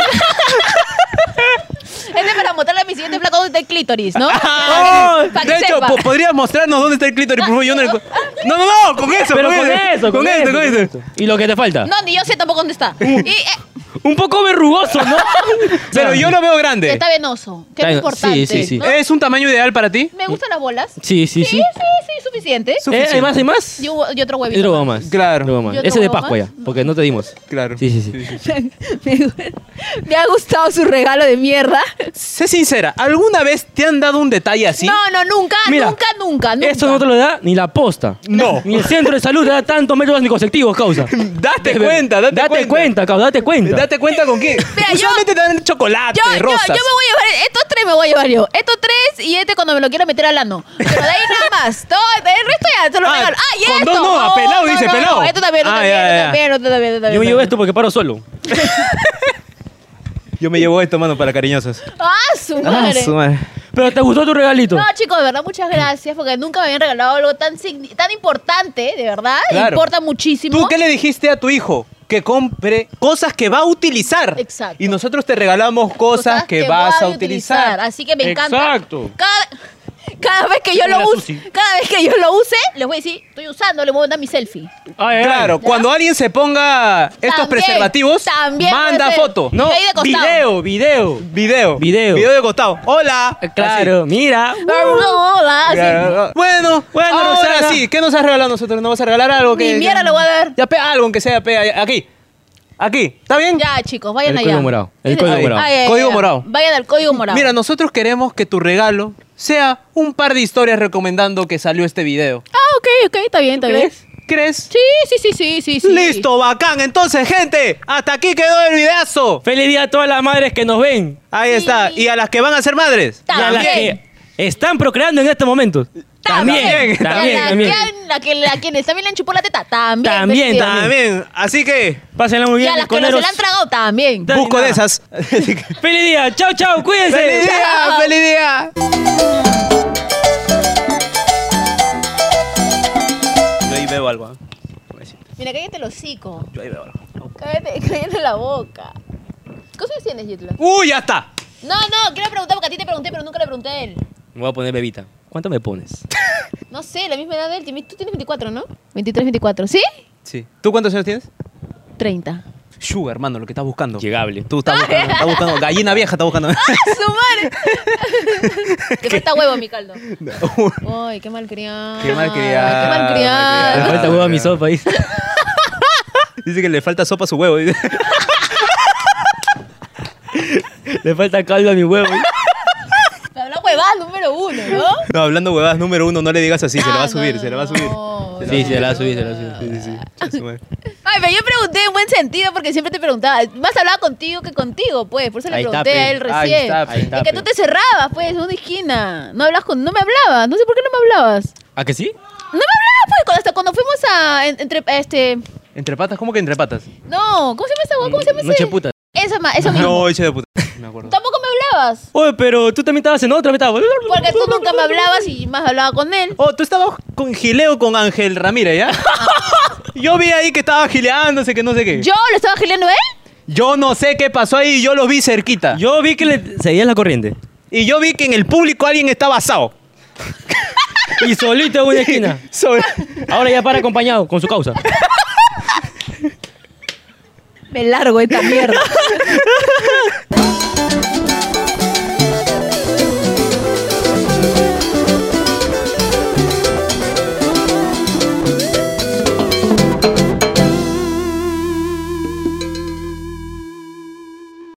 A: este es para mostrarle a mi siguiente flaco de clítoris, ¿no?
B: Ah,
A: Para que
B: de hecho,
A: sepa.
B: po- podrías mostrarnos dónde está el clítoris, por favor. Yo no, le- no, no, no, con eso,
C: Pero con eso,
B: con esto, con esto.
C: ¿Y lo que te falta?
A: No, ni yo sé tampoco dónde está. Y, eh,
C: Un poco verrugoso, ¿no?
B: Pero yo lo veo grande.
A: Está venoso, que
C: Está
A: es
C: ven-
A: importante.
C: sí, sí, sí.
A: ¿no?
B: ¿Es un tamaño ideal para ti?
A: ¿Me gustan las bolas?
C: Sí, sí,
A: sí,
C: sí.
A: sí, sí, suficiente.
C: Eh, ¿Hay más? ¿Hay más?
A: Y, un- y otro
C: Y otro
A: huevito.
C: huevo más.
B: Claro.
C: Otro huevo más.
A: ¿Y otro
C: Ese es de
A: huevo
C: Pascua
A: más?
C: ya, porque no te dimos.
B: Claro.
C: Sí, sí, sí.
A: me, gu- me ha gustado su regalo de mierda.
B: Sé sincera, ¿alguna vez te han dado un detalle así?
A: No, no, nunca,
C: Mira,
A: nunca, nunca, nunca.
C: Esto no te lo da ni la posta.
B: No.
C: Ni el centro de salud te da tantos métodos anticonceptivos, causa.
B: Date cuenta, date,
C: Date cuenta, causa, date cuenta.
B: Date cuenta con qué.
A: Mira, yo-
B: Usualmente te dan chocolate,
A: yo, yo, yo me voy
B: rosas.
A: a llevar, estos tres me voy a llevar yo. Estos tres y este cuando me lo quiera meter al ano. Pero de ahí nada más. Todo, el resto ya te lo
B: Ah,
A: regalo. Ah, y
B: con
A: esto.
B: dos no, a pelado dice, pelado.
A: esto también, esto también, esto
B: Ah, ya, ya.
A: también, esto también, esto
C: Yo me
A: también.
C: llevo esto porque paro solo.
B: Yo me llevo esto, mano, para cariñosas.
A: Ah, su madre.
B: Ah, su madre.
C: Pero te gustó tu regalito.
A: No, chicos, de verdad, muchas gracias, porque nunca me habían regalado algo tan, signi- tan importante, de verdad.
B: Claro.
A: Importa muchísimo.
B: ¿Tú qué le dijiste a tu hijo? Que compre cosas que va a utilizar.
A: Exacto.
B: Y nosotros te regalamos cosas, que, vas a
A: voy
B: utilizar.
A: Así que me encanta.
C: Exacto.
A: Cada, cada vez que yo
C: Mira,
A: lo
C: Susi.
A: use, cada vez que yo lo use, les voy a decir, estoy usando, le voy a mandar mi selfie.
C: Ay, ay,
B: Claro,
C: ay.
B: cuando alguien se ponga estos
A: También,
B: preservativos,
A: también
B: manda
A: puede ser.
B: foto.
C: No,
A: ahí de costado.
C: video, video.
B: Video.
C: Video.
B: Video de costado. Hola.
A: Ah,
C: Eh, Claro, mira.
A: Hola, así.
B: Así. Claro. Bueno, bueno,
C: Ahora
B: Rosana,
C: sí.
B: sí. ¿Qué nos has regalado a nosotros? ¿Nos vas a regalar algo?
A: Mi
B: que
A: mierda le voy a dar.
B: Ya, pe, algo, aunque sea pe, aquí. Aquí, ¿está bien?
A: Ya, chicos, vayan
C: El
A: allá.
C: código morado, el código
A: Ay,
B: morado.
A: ay, ay,
B: Código
A: ay.
B: morado.
A: Vayan al código morado.
B: Mira, nosotros queremos que tu regalo sea un par de historias recomendando que salió este video.
A: Ah, ok, ok, está bien, está bien.
B: ¿Crees? ¿Crees?
A: Sí, sí, sí, sí, sí, sí.
B: Listo, bacán. Entonces, gente, hasta aquí quedó el videazo.
C: Feliz día a todas las madres que nos ven.
B: Ahí
A: Sí.
B: está. Y a las que van a ser madres.
C: Y a las
A: También.
C: que están procreando en estos momentos.
A: También.
C: También,
A: la,
C: también.
A: Que, la que la quienes también le han chupado la teta, también.
C: También,
A: bestia.
B: También. Así que,
C: Pásenla muy
A: Y
C: bien,
A: a las que no se
C: coneros.
A: la han tragado, también.
C: Dale,
B: busco
C: nada.
B: de esas.
C: Feliz día. Chao, chao. Cuídense.
B: ¡Feliz día! ¡Feliz día! Yo ahí veo algo. ¿eh?
A: Mira, cállate el hocico.
B: Yo ahí veo algo.
A: Cállate, cállate la boca. ¿Qué cosas tienes, Yitla?
B: ¡Uy, ya está!
A: No, no, quiero preguntar porque a ti te pregunté, pero nunca le pregunté a él.
C: Me voy a poner bebita. ¿Cuánto me pones?
A: No sé, la misma edad de él. Timi- Tú tienes 24, ¿no? 23, 24. ¿Sí?
B: Sí. ¿Tú cuántos años tienes?
A: 30.
B: Sugar, hermano, lo que estás buscando.
C: Llegable.
B: Tú estás buscando, estás buscando. Gallina vieja estás buscando.
A: ¡Su madre! Te falta huevo, mi caldo. Ay, qué malcriado.
B: Qué malcriado,
A: Qué malcriado.
C: Me falta huevo a mi sopa ahí.
B: Dice que le falta sopa a su huevo. dice.
C: Le falta caldo a mi huevo.
A: La huevada número uno, ¿no?
B: No, hablando huevadas número uno, no le digas así, se la va
A: Ah,
B: a subir,
A: no,
B: se la va a
A: no,
B: subir.
A: no.
B: Se la
C: Sí,
B: va a
C: se la subí, se la subí.
B: subir. Sí, sí, sí. Chas, su madre.
A: Ay, pero yo pregunté en buen sentido porque siempre te preguntaba. Más hablaba contigo que contigo, pues. Por eso le
C: Ahí está,
A: pregunté
C: pe.
A: a él recién.
B: Ahí está, pe.
C: Ahí está,
A: Y que
C: pe.
A: tú te cerrabas, pues, en una esquina. No hablas con, no me hablabas. No sé por qué no me hablabas.
C: ¿A que sí?
A: No me hablabas, pues, cuando- hasta cuando fuimos a en- entre a este.
B: ¿Entre patas? ¿Cómo que entre patas?
A: No, ¿cómo se llama esa hueá? ¿Cómo se llama
C: Noche
A: ese?
C: puta.
A: Esa ma- eso mismo.
B: No, hice de puta. Me acuerdo.
A: Tampoco me hablabas.
C: Oye, pero tú también estabas en otra, me estabas...
A: Porque tú nunca me hablabas y más hablaba con él.
B: Oh, tú estabas con gileo con Ángel Ramírez, ¿ya? yo vi ahí que estaba gileándose, que no sé qué.
A: ¿Yo lo estaba ¿eh? gileando a él?
B: Yo no sé qué pasó ahí, yo lo vi cerquita.
C: Yo vi que le seguías la corriente.
B: Y yo vi que en el público alguien estaba asado.
C: Y solito en una esquina.
B: Sobre-
C: Ahora ya para acompañado con su causa.
A: Me largo de esta mierda.